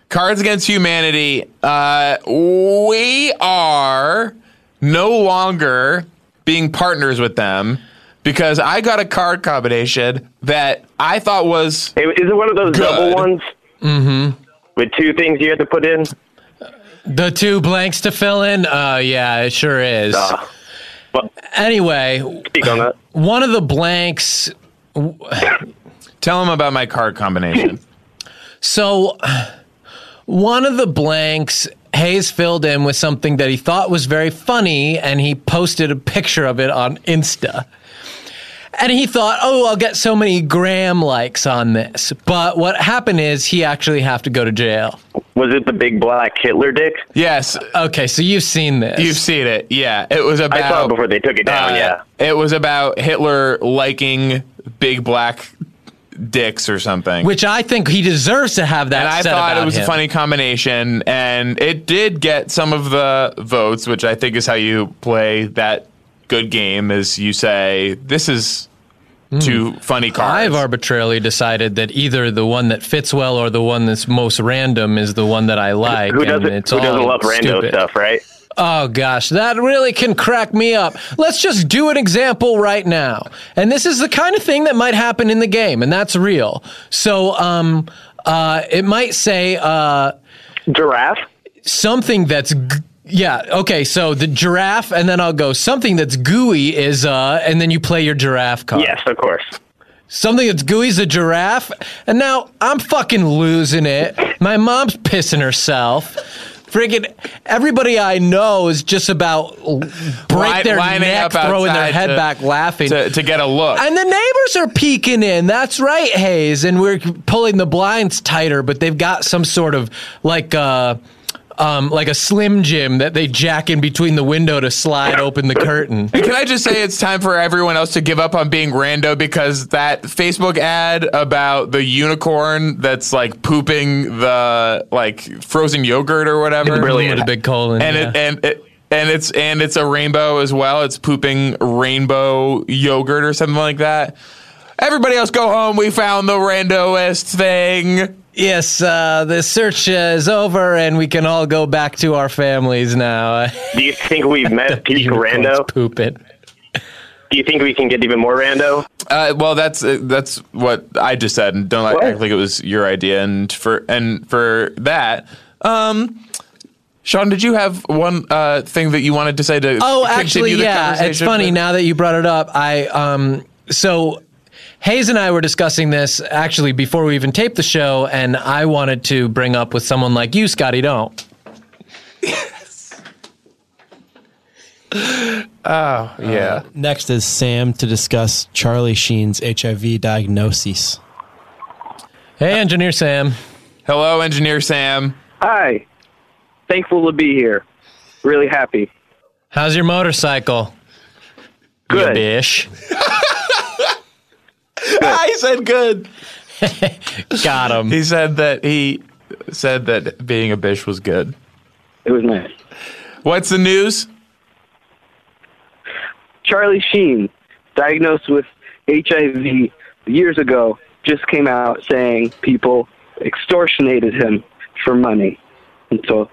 Cards Against Humanity, uh, we are no longer being partners with them because I got a card combination that I thought was.
Is it one of those double ones
Mm-hmm.
with two things you had to put in?
The two blanks to fill in? Uh, yeah, it sure is. anyway, one of the blanks.
Tell him about my card combination.
so, one of the blanks Hayes filled in with something that he thought was very funny, and he posted a picture of it on Insta. And he thought, oh, I'll get so many gram likes on this. But what happened is he actually have to go to jail.
Was it the big black Hitler dick?
Yes.
Okay, so you've seen this.
You've seen it, yeah. It was about.
I saw it before they took it down.
Uh,
yeah.
It was about Hitler liking big black dicks or something.
Which I think he deserves to have that.
and I
said
thought it
about
was a
him.
funny combination, and it did get some of the votes, which I think is how you play that good game. Is you say this is
Mm.
too funny cards.
Hmm. I've arbitrarily decided that either the one that fits well or the one that's most random is the one that I like.
Who
and
doesn't?
it's
who doesn't
all
love rando
stupid.
stuff, right?
Oh gosh, that really can crack me up. Let's just do an example right now. And this is the kind of thing that might happen in the game, and that's real. So um uh it might say uh
giraffe
something that's g- yeah, okay, so the giraffe and then I'll go something that's gooey is uh and then you play your giraffe card.
Yes, of course.
Something that's gooey is a giraffe, and now I'm fucking losing it. My mom's pissing herself. Friggin' everybody I know is just about l- break
Line-
their
lining
neck,
up
throwing their
outside
head
to-
back, laughing
to, to get a look.
And the neighbors are peeking in. That's right, Hayes. And we're pulling the blinds tighter, but they've got some sort of like uh um, like a slim jim that they jack in between the window to slide open the curtain.
And Can I just say it's time for everyone else to give up on being rando because that Facebook ad about the unicorn that's like pooping the like frozen yogurt or whatever.
Brilliant. With a big colon,
And it
yeah.
and it and it's and it's a rainbow as well. It's pooping rainbow yogurt or something like that. Everybody else go home. We found the randoest thing.
Yes, uh, the search uh, is over, and we can all go back to our families now.
Do you think we've met peak rando?
Poop it.
Do you think we can get even more rando?
Uh, well, that's uh, that's what I just said, and don't act like it was your idea. And for and for that, um, Sean, did you have one uh, thing that you wanted to say to?
Oh,
continue
actually,
the
yeah. It's
conversation
funny
with?
now that you brought it up. I um so Hayes and I were discussing this actually before we even taped the show, and I wanted to bring up with someone like you, Scotty. Don't.
Oh, yeah.
Uh, Next is Sam to discuss Charlie Sheen's HIV diagnosis.
Hey, Engineer Sam.
Hello, Engineer Sam.
Hi. Thankful to be here. Really happy.
How's your motorcycle?
Good.
Bish.
I said good.
Got him.
He said that he said that being a bish was good.
It was nice.
What's the news?
Charlie Sheen, diagnosed with HIV years ago, just came out saying people extortionated him for money. And so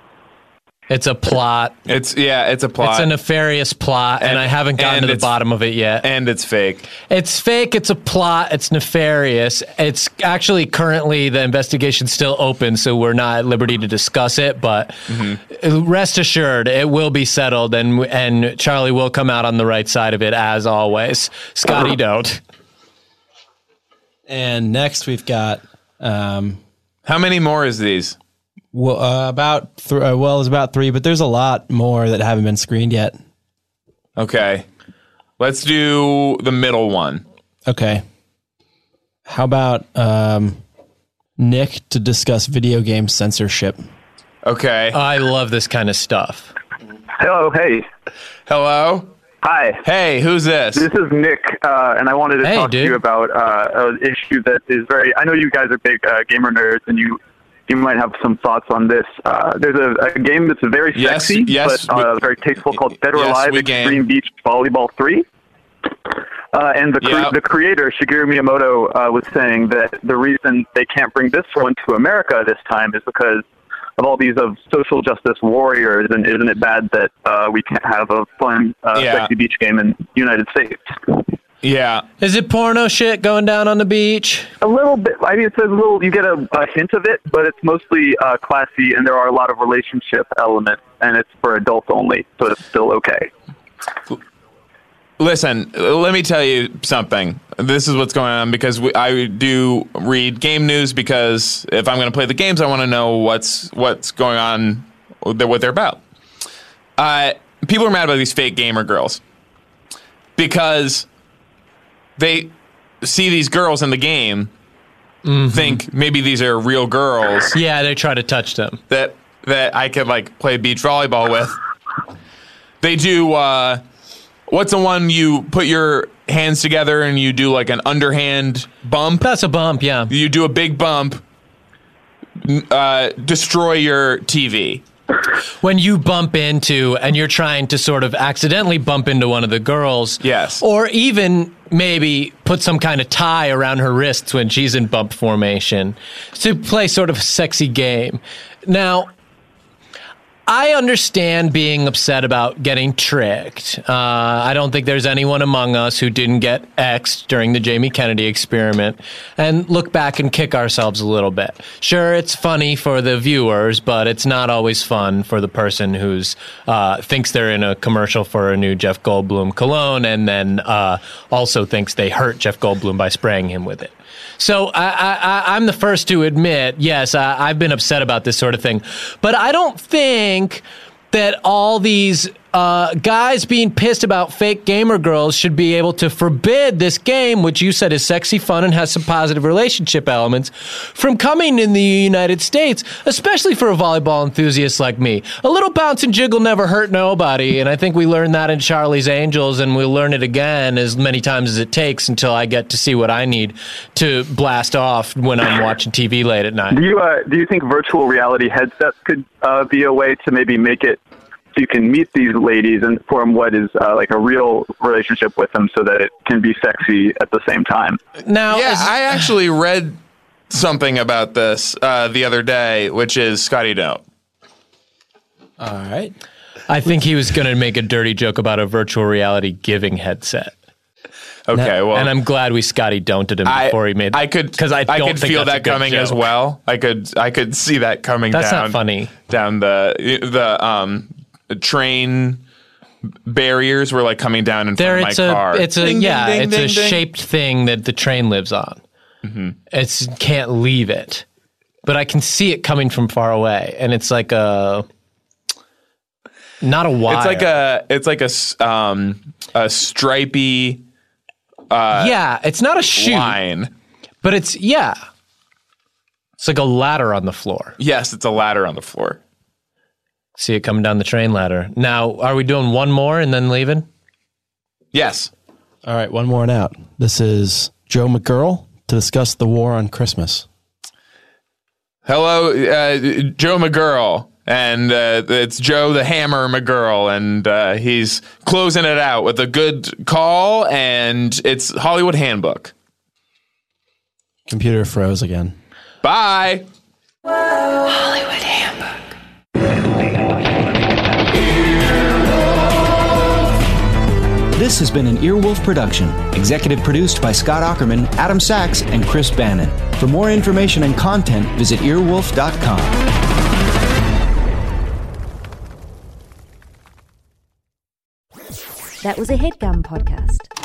It's a plot.
It's yeah, it's a plot.
It's a nefarious plot, and, I haven't gotten
and
to the
it's-
bottom of it yet.
And it's fake.
It's fake. It's a plot. It's nefarious. It's actually currently the investigation's still open, so we're not at liberty to discuss it. But
Mm-hmm.
rest assured, it will be settled, and and Charlie will come out on the right side of it as always. Scotty, don't.
And next we've got um,
how many more is these?
Well, uh, about th- uh, well, it's about three, but there's a lot more that haven't been screened yet.
Okay. Let's do the middle one.
Okay. How about um, Nick to discuss video game censorship?
Okay.
I love this kind of stuff.
Hello, hey.
Hello.
Hi.
Hey, who's this?
This is Nick, uh, and I wanted to
Hey,
talk
dude.
to you about uh, an issue that is very. I know you guys are big uh, gamer nerds, and you you might have some thoughts on this. Uh, there's a, a game that's very
Yes,
sexy,
yes,
but uh, very tasteful called Dead or
yes,
Alive
we game.
Extreme Beach Volleyball Three. Uh, and the, cre-
Yeah.
the creator Shigeru Miyamoto uh, was saying that the reason they can't bring this one to America this time is because of all these of social justice warriors, and isn't it bad that uh, we can't have a fun uh,
Yeah.
sexy beach game in the United States?
Yeah.
Is it porno shit going down on the beach?
A little bit. I mean, it's a little. You get a, a hint of it, but it's mostly uh, classy, and there are a lot of relationship elements, and it's for adults only, so it's still okay.
Listen, uh, let me tell you something. This is what's going on because we, I do read game news because if I'm going to play the games, I want to know what's what's going on, what they're- what they're about. Uh, people are mad about these fake gamer girls because they see these girls in the game, think maybe these are real girls.
Mm-hmm. Yeah, they try to touch them.
That that I could like play beach volleyball with. They do. Uh, what's the one you put your hands together and you do like an underhand bump?
That's a bump, yeah.
You do a big bump. n- Uh, destroy your TV.
when you bump into and you're trying to sort of accidentally bump into one of the girls yes or even maybe put some kind of tie around her wrists when she's in bump formation to play sort of a sexy game now I understand being upset about getting tricked. Uh, I don't think there's anyone among us who didn't get X'd during the Jamie Kennedy experiment and look back and kick ourselves a little bit. Sure, it's funny for the viewers, but it's not always fun for the person who's uh, thinks they're in a commercial for a new Jeff Goldblum cologne and then uh, also thinks they hurt Jeff Goldblum by spraying him with it. So I, I, I, I'm the first to admit, yes, I, I've been upset about this sort of thing, but I don't think that all these uh, guys being pissed about fake gamer girls should be able to forbid this game, which you said is sexy, fun, and has some positive relationship elements, from coming in the United States, especially for a volleyball enthusiast like me. A little bounce and jiggle never hurt nobody, and I think we learned that in Charlie's Angels, and we'll learn it again as many times as it takes until I get to see what I need to blast off when I'm watching TV late at night.
Do you uh, do you think virtual reality headsets could uh, be a way to maybe make it so you can meet these ladies and form what is uh, like a real relationship with them, so that it can be sexy at the same time?
Now,
yeah, I actually read something about this uh, the other day, which is Scotty don't.
All right.
I think he was going to make a dirty joke about a virtual reality giving headset.
Okay, well,
and I'm glad we Scotty don'ted him before he made. I could because I,
I
don't
could
think
feel
that's a
that
good
coming as
joke.
well. I could I could see that coming
That's not
down
funny.
down the the um train barriers were like coming down in
There,
front of
it's
my
a
car.
it's a
Ding, ding,
yeah,
ding,
it's a
ding, ding.
shaped thing that the train lives on.
Mm-hmm.
It's can't leave it, but I can see it coming from far away, and it's like a Not a wire.
It's like a it's like a s- um a stripy. Uh,
yeah, it's not a shoe.
Line.
But it's yeah. It's like a ladder on the floor.
Yes, it's a ladder on the floor.
See it coming down the train ladder. Now, are we doing one more and then leaving?
Yes.
All right, one more and out. This is Joe McGurl to discuss the war on Christmas.
Hello, uh, Joe McGurl, and uh, it's Joe the Hammer McGurl, and uh, he's closing it out with a good call, and it's Hollywood Handbook.
Computer froze again.
Bye.
Hollywood Handbook.
This has been an Earwolf production, executive produced by Scott Ackerman, Adam Sachs, and Chris Bannon. For more information and content, visit earwolf.com.
That was a headgum podcast.